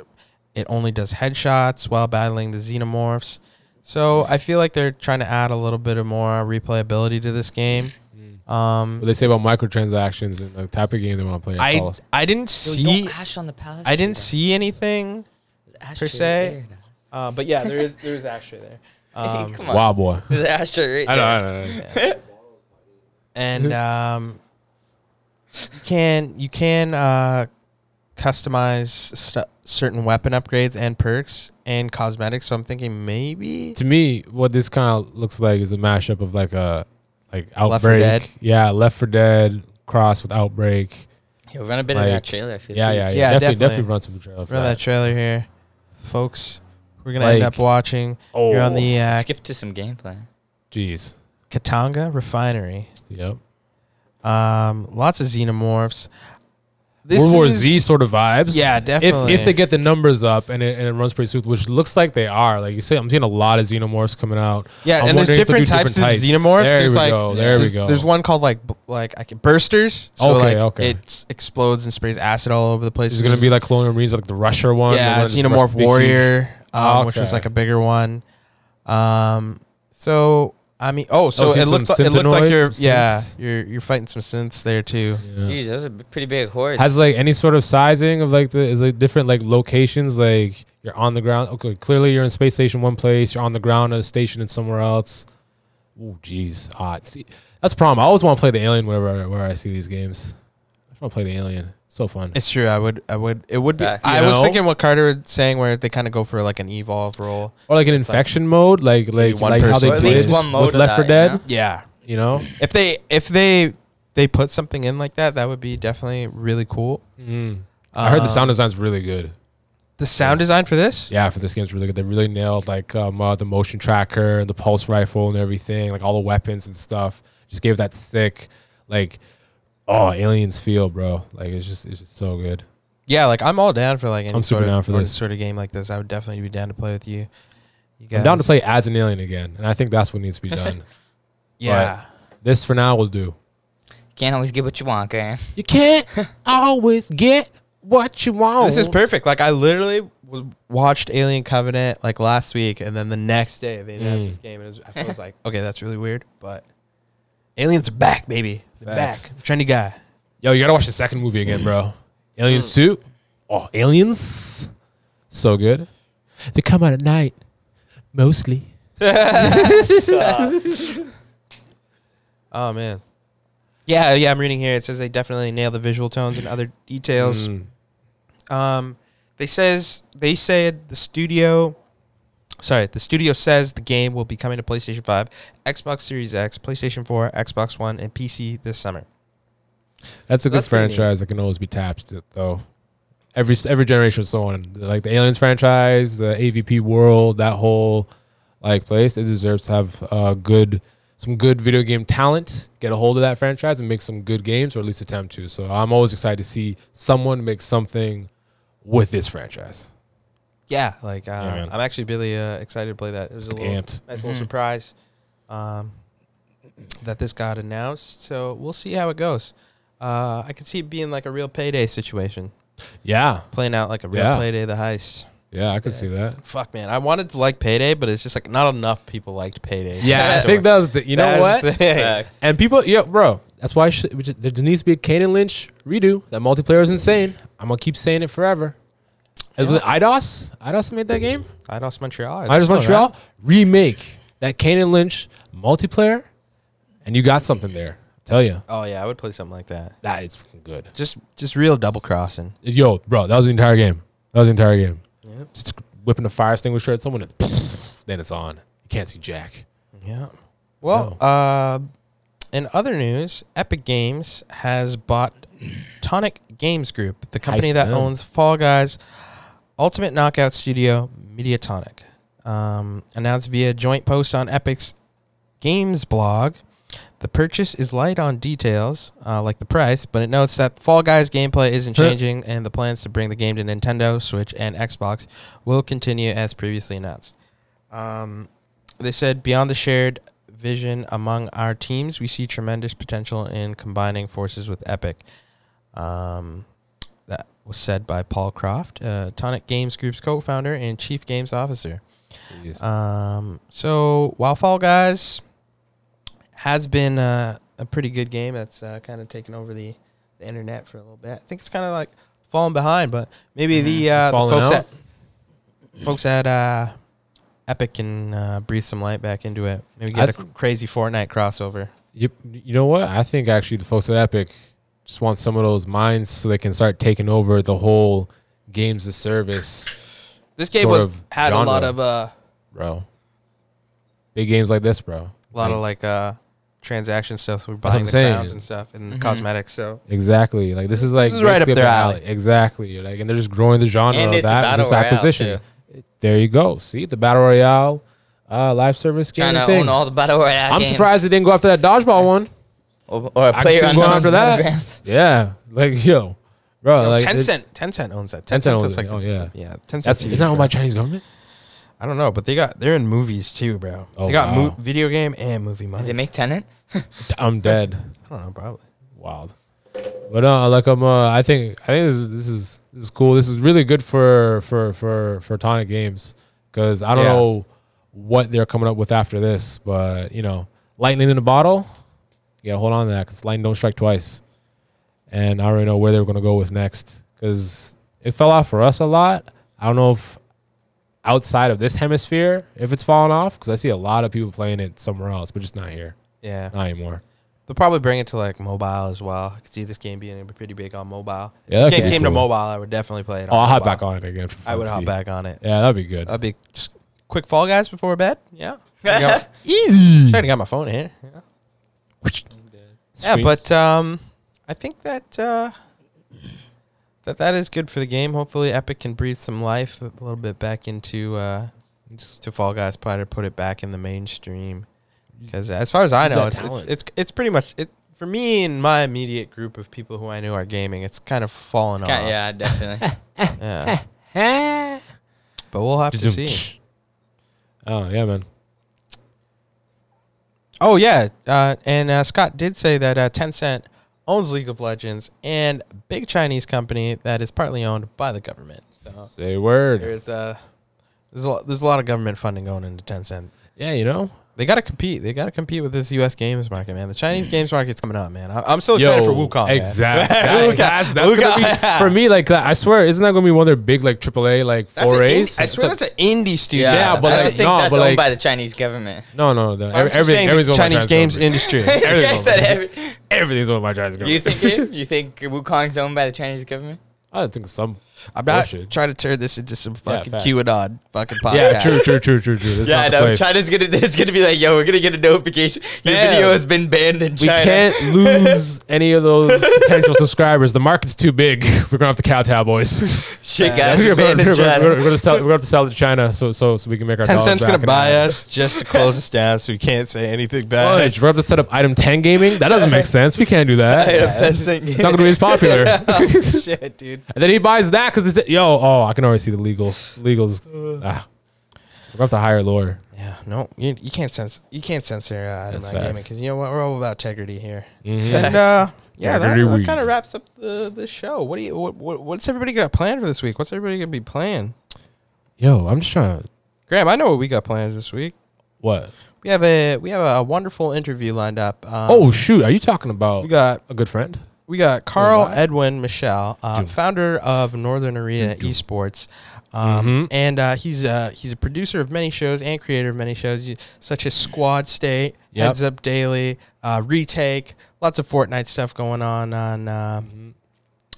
Speaker 1: it only does headshots while battling the xenomorphs. So I feel like they're trying to add a little bit of more replayability to this game.
Speaker 2: What
Speaker 1: Um,
Speaker 2: they say about microtransactions and the type of game they want to play. I,
Speaker 1: I I didn't see
Speaker 3: Ash on the palace.
Speaker 1: I didn't see anything, per se. uh, but yeah, there is there is actually there. Um,
Speaker 3: Come on.
Speaker 2: wow, boy.
Speaker 3: There's an asteroid
Speaker 2: I know,
Speaker 3: right there.
Speaker 2: I know, I know.
Speaker 1: and um, you can you can uh, customize st- certain weapon upgrades and perks and cosmetics. So I'm thinking maybe
Speaker 2: To me, what this kind of looks like is a mashup of like a like outbreak.
Speaker 1: 4 Dead.
Speaker 2: Yeah, Left for Dead cross with outbreak.
Speaker 3: Yo, run a bit of
Speaker 2: Like-
Speaker 3: that trailer. I feel
Speaker 2: Yeah,
Speaker 3: like.
Speaker 2: yeah, yeah.
Speaker 1: Yeah,
Speaker 2: definitely,
Speaker 1: definitely.
Speaker 2: definitely run some trailer. For
Speaker 1: run that
Speaker 2: that.
Speaker 1: trailer here, folks. We're gonna end
Speaker 2: Like-
Speaker 1: up watching. You're on the uh,
Speaker 3: Skip to some gameplay.
Speaker 2: Oh, Jeez.
Speaker 1: Katanga Refinery.
Speaker 2: Yep.
Speaker 1: Um, lots of xenomorphs. This
Speaker 2: World War
Speaker 1: is-
Speaker 2: Z sort of vibes.
Speaker 1: Yeah, definitely.
Speaker 2: If, if they get the numbers up and it, and it runs pretty smooth, which looks like they are. Like you say, I'm seeing a lot of xenomorphs coming out.
Speaker 1: Yeah,
Speaker 2: I'm
Speaker 1: and there's
Speaker 2: wondering if they'll
Speaker 1: different
Speaker 2: do
Speaker 1: types of
Speaker 2: different
Speaker 1: xenomorphs.
Speaker 2: There
Speaker 1: there's
Speaker 2: we
Speaker 1: like
Speaker 2: go. There
Speaker 1: there's,
Speaker 2: we go.
Speaker 1: There's one called like b- like I can bursters. So
Speaker 2: Okay,
Speaker 1: like
Speaker 2: okay.
Speaker 1: it explodes and sprays acid all over the place.
Speaker 2: Is it going to be like Colonial Marines, like the Russia one?
Speaker 1: yeah,
Speaker 2: The one that's
Speaker 1: xenomorph
Speaker 2: big, huge?
Speaker 1: warrior, um, which was
Speaker 2: Okay.
Speaker 1: like a bigger one. Um, so I mean, oh, so
Speaker 2: Oh, so
Speaker 1: it
Speaker 2: some
Speaker 1: looked li- it looked like
Speaker 2: synthenoids,
Speaker 1: you're
Speaker 2: some
Speaker 1: yeah
Speaker 2: synths?
Speaker 1: you're you're fighting some synths there too.
Speaker 2: Yeah.
Speaker 3: Jeez, those are b- pretty big hordes.
Speaker 2: Has like any sort of sizing of like the is like different like locations like you're on the ground. Okay, clearly you're in space station one place. You're on the ground at a station and somewhere else. Oh, jeez, ah, see, that's the problem. I always want to play the alien wherever I, where I see these games. I just want to play the alien. It's so fun.
Speaker 1: It's true. I would I would it would be.
Speaker 3: Yeah.
Speaker 1: I
Speaker 2: You
Speaker 1: was
Speaker 2: know?
Speaker 1: thinking what Carter was saying where they kind of go for like an evolve role.
Speaker 2: or like an infection mode, like like
Speaker 1: one
Speaker 2: like how
Speaker 1: person.
Speaker 2: they
Speaker 1: Or at
Speaker 2: did
Speaker 1: least
Speaker 3: one mode
Speaker 2: with
Speaker 3: of
Speaker 2: Left
Speaker 3: that,
Speaker 2: for
Speaker 3: you
Speaker 2: Dead.
Speaker 3: know?
Speaker 1: Yeah.
Speaker 2: You know,
Speaker 1: If they if they they put something in like that, that would be definitely really cool.
Speaker 2: Mm. I heard the
Speaker 3: Uh,
Speaker 1: Um,
Speaker 2: sound design's really good.
Speaker 1: The sound design for this?
Speaker 2: Yeah, for this game's really good. They really nailed like um, uh, the motion tracker and the pulse rifle and everything, like all the weapons and stuff. Just gave that sick, like, oh, aliens feel, bro. Like it's just it's just so good.
Speaker 1: Yeah, like I'm all down for like any
Speaker 2: I'm super
Speaker 1: sort of
Speaker 2: down for
Speaker 1: or
Speaker 2: this.
Speaker 1: sort of game like this. I would definitely be down to play with you. You guys.
Speaker 2: I'm down to play as an alien again, and I think that's what needs to be done.
Speaker 1: Yeah.
Speaker 2: this for now will do.
Speaker 3: Can't always get what you want, Graham.
Speaker 2: You can't always get what you want.
Speaker 1: This is perfect. Like I literally w- watched Alien Covenant like last week, and then the next day they announced
Speaker 2: Mm.
Speaker 1: this game, and it was, I was like, okay, that's really weird, but aliens are back, baby. They're back.
Speaker 2: Facts.
Speaker 1: Trendy guy.
Speaker 2: Yo, you gotta watch the second movie again, bro. Aliens 2. Oh, Aliens. So good. They come out at night, mostly.
Speaker 1: Oh man. Yeah, yeah. I'm reading here. It says they definitely nail the visual tones and other details.
Speaker 2: Mm.
Speaker 1: Um, they says they said the studio. Sorry, the studio says the game will be coming to PlayStation 5, Xbox Series X, PlayStation 4, Xbox One, and PC this summer.
Speaker 2: That's a good
Speaker 3: That's pretty neat.
Speaker 2: franchise that can always be tapped, th- though. Every s- every generation, so on. Like the Aliens franchise, the AVP world, that whole like place, it deserves to have uh, good some good video game talent. Get a hold of that franchise and make some good games, or at least attempt to. So I'm always excited to see someone make something with this franchise.
Speaker 1: Yeah, like um,
Speaker 2: man.
Speaker 1: I'm actually really uh, excited to play that. It was a little
Speaker 2: Amped.
Speaker 1: nice little surprise um, that this got announced. So we'll see how it goes. Uh, I could see it being like a real payday situation,
Speaker 2: Yeah,
Speaker 1: playing out like a real
Speaker 2: Yeah.
Speaker 1: payday the heist.
Speaker 2: yeah, I could see that.
Speaker 1: Fuck man, I wanted to like payday, but it's just like not enough people liked payday.
Speaker 2: Yeah, I
Speaker 1: So
Speaker 2: think that was the. You know
Speaker 1: that's the
Speaker 2: what?
Speaker 1: thing.
Speaker 2: And people, yeah, bro. That's why sh- we ju- there needs to be a Kane and Lynch redo. That multiplayer is insane. I'm gonna keep saying it forever. It was IDOS. IDOS made that game.
Speaker 1: IDOS Montreal.
Speaker 2: IDOS
Speaker 1: Still
Speaker 2: Montreal remake that Kane and Lynch multiplayer, and you got something there. tell you,
Speaker 1: Oh yeah, I would play something like that.
Speaker 2: that is fucking good.
Speaker 1: Just just real double crossing.
Speaker 2: Yo, bro, that was the entire game. That was the entire game. Just whipping a fire extinguisher at someone, and then it's on. You can't see jack.
Speaker 1: Yeah. Well, uh, in other news, Epic Games has bought Tonic Games Group, the company
Speaker 2: Heist
Speaker 1: that
Speaker 2: them.
Speaker 1: owns Fall Guys, Ultimate Knockout Studio, Mediatonic. Um, announced via joint post on Epic's games blog. The purchase is light on details, uh, like the price, but it notes that Fall Guys gameplay isn't
Speaker 2: Huh.
Speaker 1: changing, and the plans to bring the game to Nintendo, Switch, and Xbox will continue as previously announced. Um, they said, beyond the shared vision among our teams, we see tremendous potential in combining forces with Epic. Um, that was said by Paul Croft, uh, Tonic Games Group's co founder and chief games officer. Um, so while Fall Guys has been uh, a pretty good game that's uh, kind of taken over the, the internet for a little bit, I think it's kind of like falling behind. But maybe the, uh, the
Speaker 2: Mm-hmm. falling
Speaker 1: folks
Speaker 2: out?
Speaker 1: at folks at uh, Epic can uh, breathe some light back into it. Maybe
Speaker 2: I
Speaker 1: get a
Speaker 2: th-
Speaker 1: crazy Fortnite crossover.
Speaker 2: You, you know what? I think actually the folks at Epic just want some of those minds so they can start taking over the whole games of service,
Speaker 1: This game
Speaker 2: Sort
Speaker 1: was
Speaker 2: of
Speaker 1: had a lot
Speaker 2: genre.
Speaker 1: of uh,
Speaker 2: bro. Big games like this, bro.
Speaker 1: a lot of like uh, transaction stuff. We're
Speaker 2: That's what
Speaker 1: buying
Speaker 2: I'm
Speaker 1: the
Speaker 2: saying.
Speaker 1: crowns and stuff and cosmetics. So
Speaker 2: Exactly. Like this is like
Speaker 1: This is right up
Speaker 2: basically
Speaker 1: their alley.
Speaker 2: Exactly. Like and they're just growing the genre
Speaker 3: And
Speaker 2: of
Speaker 3: it's a
Speaker 2: that
Speaker 3: battle
Speaker 2: this
Speaker 3: royale,
Speaker 2: acquisition. There you go. See the battle royale uh, live service game
Speaker 3: Trying to
Speaker 2: thing.
Speaker 3: own all the battle royale
Speaker 2: I'm
Speaker 3: games.
Speaker 2: surprised they didn't go after that dodgeball one.
Speaker 3: Or, or a
Speaker 2: I can
Speaker 3: player
Speaker 2: see 'em going
Speaker 3: unknown's
Speaker 2: after that.
Speaker 3: battlegrounds.
Speaker 2: Yeah. Like yo, bro.
Speaker 1: Yo,
Speaker 2: like it-
Speaker 1: Tencent, Tencent owns that.
Speaker 2: Tencent
Speaker 1: Tencent's
Speaker 2: owns
Speaker 1: like
Speaker 2: it. Oh
Speaker 1: the-
Speaker 2: yeah.
Speaker 1: yeah. Tencent's
Speaker 2: That's
Speaker 1: huge,
Speaker 2: isn't that owned
Speaker 1: bro.
Speaker 2: by Chinese government?
Speaker 1: I don't know, but they got they're in movies too, bro.
Speaker 2: Oh,
Speaker 1: they got
Speaker 2: wow.
Speaker 1: mo- video game and movie
Speaker 3: Did
Speaker 1: money.
Speaker 3: they make Tenant?
Speaker 2: I'm dead.
Speaker 1: I don't know, probably.
Speaker 2: Wild. But uh, like I'm, uh, I think I think this is, this is this is cool. This is really good for for for for Tonic Games because I don't
Speaker 1: Yeah.
Speaker 2: know what they're coming up with after this, but you know, lightning in a bottle. You gotta hold on to that because lightning don't strike twice, and I already know where they're gonna go with next because it fell off for us a lot. I don't know if outside of this hemisphere if it's falling off because I see a lot of people playing it somewhere else, but just not here,
Speaker 1: Yeah,
Speaker 2: not anymore.
Speaker 1: they'll probably bring it to like mobile as well. I could see this game being pretty big on mobile.
Speaker 2: Yeah,
Speaker 1: if this
Speaker 2: that could
Speaker 1: game
Speaker 2: be
Speaker 1: came to
Speaker 2: cool.
Speaker 1: mobile, I would definitely play it.
Speaker 2: Oh, I'll hop
Speaker 1: mobile.
Speaker 2: back on it again. For
Speaker 1: I would hop
Speaker 2: Fonzie.
Speaker 1: back Uh, on it.
Speaker 2: Yeah, that'd be good.
Speaker 1: I'd be just quick Fall Guys before bed. Yeah,
Speaker 2: Easy.
Speaker 1: I got my phone in here. Yeah, yeah but um, I think that uh, that that is good for the game. Hopefully, Epic can breathe some life a little bit back into uh, to Fall Guys Platter put it back in the mainstream. Because as far as I
Speaker 2: Use
Speaker 1: know,
Speaker 2: that
Speaker 1: it's, it's
Speaker 2: talent.
Speaker 1: it's it's pretty much it for me and my immediate group of people who I knew are gaming. It's kind of fallen off.
Speaker 3: Kinda- yeah, definitely.
Speaker 1: Yeah. But we'll have to see.
Speaker 2: Oh yeah, man.
Speaker 1: Oh yeah, uh, and uh, Scott did say that uh, Tencent owns League of Legends and big Chinese company that is partly owned by the government. So
Speaker 2: Say word.
Speaker 1: there's uh, there's a lot, there's a lot of government funding going into Tencent.
Speaker 2: Yeah, you know.
Speaker 1: They gotta compete. They gotta compete with this U.S. games market, man. The Chinese games market's coming up, man. I- I'm so excited Oh, for Wukong. man.
Speaker 2: Exactly.
Speaker 1: Wukong.
Speaker 2: that's that's gonna
Speaker 1: Wukong.
Speaker 2: be for me. Like I swear, isn't that gonna be one of their big like AAA like
Speaker 1: That's an
Speaker 2: forays?
Speaker 1: indie- I swear
Speaker 2: It's
Speaker 1: that's an indie studio.
Speaker 2: Yeah, but
Speaker 3: I don't
Speaker 1: that's
Speaker 2: like-
Speaker 1: a-
Speaker 3: think
Speaker 2: no,
Speaker 3: that's
Speaker 2: but
Speaker 3: owned
Speaker 2: like-
Speaker 3: by the Chinese government.
Speaker 2: no, no, no.
Speaker 1: I'm
Speaker 2: Every,
Speaker 1: just
Speaker 2: everything,
Speaker 1: saying
Speaker 2: everything's
Speaker 1: the
Speaker 2: owned by
Speaker 1: Chinese games industry.
Speaker 2: Everything's owned
Speaker 3: You guys
Speaker 2: by
Speaker 3: said
Speaker 2: Chinese-
Speaker 3: every-
Speaker 2: Everything's owned by Chinese
Speaker 3: you
Speaker 2: government.
Speaker 3: think it- you think Wukong's owned by the Chinese government?
Speaker 2: I think some.
Speaker 1: I'm not
Speaker 2: bullshit.
Speaker 1: trying to turn this into some
Speaker 2: Yeah,
Speaker 1: fucking
Speaker 2: facts.
Speaker 1: QAnon fucking podcast.
Speaker 2: Yeah, true, true, true, true, true. This is
Speaker 3: yeah,
Speaker 2: not
Speaker 3: I
Speaker 2: the
Speaker 3: know.
Speaker 2: place.
Speaker 3: China's gonna it's gonna be like, yo, we're gonna get a notification. Your
Speaker 2: Yeah.
Speaker 3: video has been banned in
Speaker 2: We
Speaker 3: China.
Speaker 2: can't lose any of those potential subscribers. The market's too big. We're gonna have to kowtow, boys.
Speaker 1: Yeah,
Speaker 3: Shit, guys,
Speaker 2: we're,
Speaker 3: it's
Speaker 2: gonna,
Speaker 3: banned in
Speaker 2: we're, gonna, we're,
Speaker 3: China.
Speaker 2: gonna sell, we're gonna have to sell it to China so so so we can make our. dollars
Speaker 1: Tencent's
Speaker 2: back
Speaker 1: gonna
Speaker 2: in
Speaker 1: buy
Speaker 2: America.
Speaker 1: us just to close us down, so we can't say anything bad.
Speaker 2: Fudge, We're gonna have to set up item ten gaming. That doesn't make sense. We can't do that.
Speaker 3: Tencent-
Speaker 2: It's not gonna be as popular.
Speaker 3: Shit, dude.
Speaker 2: and then he buys that because it's yo. Oh, I can already see the legal legals. Ah. We're gonna have to hire a lawyer.
Speaker 1: Yeah, no, you, you can't censor. You can't censor uh, Adam
Speaker 2: That's
Speaker 1: Knight Gaming
Speaker 2: facts.
Speaker 1: because you know what? We're all about integrity here.
Speaker 2: Mhm.
Speaker 1: And uh, yeah, that,
Speaker 2: Integrity weed.
Speaker 1: kind of wraps up the, the show. What do you? What, what, what's everybody got planned for this week? What's everybody gonna be playing?
Speaker 2: Yo, I'm just trying. to...
Speaker 1: Graham, I know what we got planned this week.
Speaker 2: What?
Speaker 1: We have a we have a wonderful interview lined up. Um,
Speaker 2: Oh shoot, are you talking about
Speaker 1: we got
Speaker 2: a good friend?
Speaker 1: we got Carl
Speaker 2: live?
Speaker 1: Edwin Michelle, uh,
Speaker 2: Dude.
Speaker 1: founder of Northern Arena Esports, um, and uh, he's a, he's a producer of many shows and creator of many shows, you- such as Squad State,
Speaker 2: Yep.
Speaker 1: Heads Up Daily, uh, Retake, lots of Fortnite stuff going on on uh,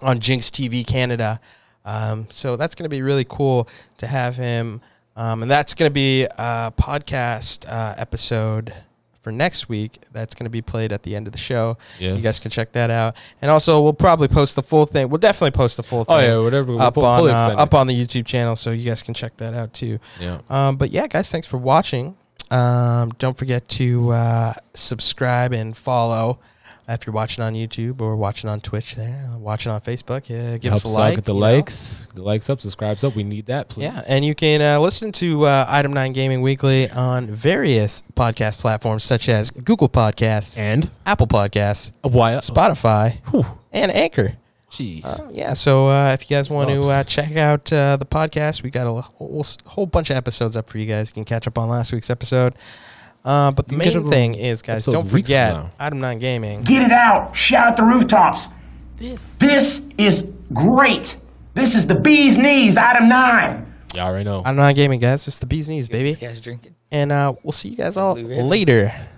Speaker 1: on Jinx TV Canada. Um, so that's going to be really cool to have him, um, and that's going to be a podcast uh, episode for next week. That's going to be played at the end of the show. You
Speaker 2: Yes.
Speaker 1: guys can check that out. And also, we'll probably post the full thing. We'll definitely post the full thing.
Speaker 2: Oh yeah, whatever. we'll
Speaker 1: Up
Speaker 2: pull-
Speaker 1: on
Speaker 2: pull it
Speaker 1: uh,
Speaker 2: extended.
Speaker 1: up on the YouTube channel, so you guys can check that out too.
Speaker 2: Yeah.
Speaker 1: Um, but yeah, guys, thanks for watching. Um, don't forget to uh, subscribe and follow if you're watching on YouTube or watching on Twitch. There, watching on Facebook. Yeah, give
Speaker 2: Helps
Speaker 1: us a
Speaker 2: out,
Speaker 1: like.
Speaker 2: Get the
Speaker 1: you know.
Speaker 2: likes. Get The likes up. Subscribes up. We need that, please.
Speaker 1: Yeah, and you can uh, listen to uh, Item Nine Gaming Weekly on various podcast platforms such as Google Podcasts,
Speaker 2: and
Speaker 1: Apple Podcasts,
Speaker 2: a wire.
Speaker 1: Spotify,
Speaker 2: Whew.
Speaker 1: and Anchor.
Speaker 2: Jeez.
Speaker 1: Uh, yeah, so uh, if you guys want to
Speaker 2: Whoops.
Speaker 1: uh, check out uh, the podcast, we got a whole, whole bunch of episodes up for you guys. You can catch up on last week's episode. Uh, but the
Speaker 2: You can catch
Speaker 1: main
Speaker 2: up on
Speaker 1: thing is, guys,
Speaker 2: episodes
Speaker 1: don't
Speaker 2: weeks from
Speaker 1: forget
Speaker 2: now.
Speaker 1: Item 9 Gaming.
Speaker 4: Get it out. Shout at the rooftops. This. This is great. This is the bee's knees, item nine.
Speaker 2: Y'all already know.
Speaker 1: Item 9 Gaming, guys. It's the bee's knees,
Speaker 3: This
Speaker 1: baby.
Speaker 3: guy's drinking.
Speaker 1: And uh, we'll see you guys all
Speaker 3: Blue ribbon.
Speaker 1: later.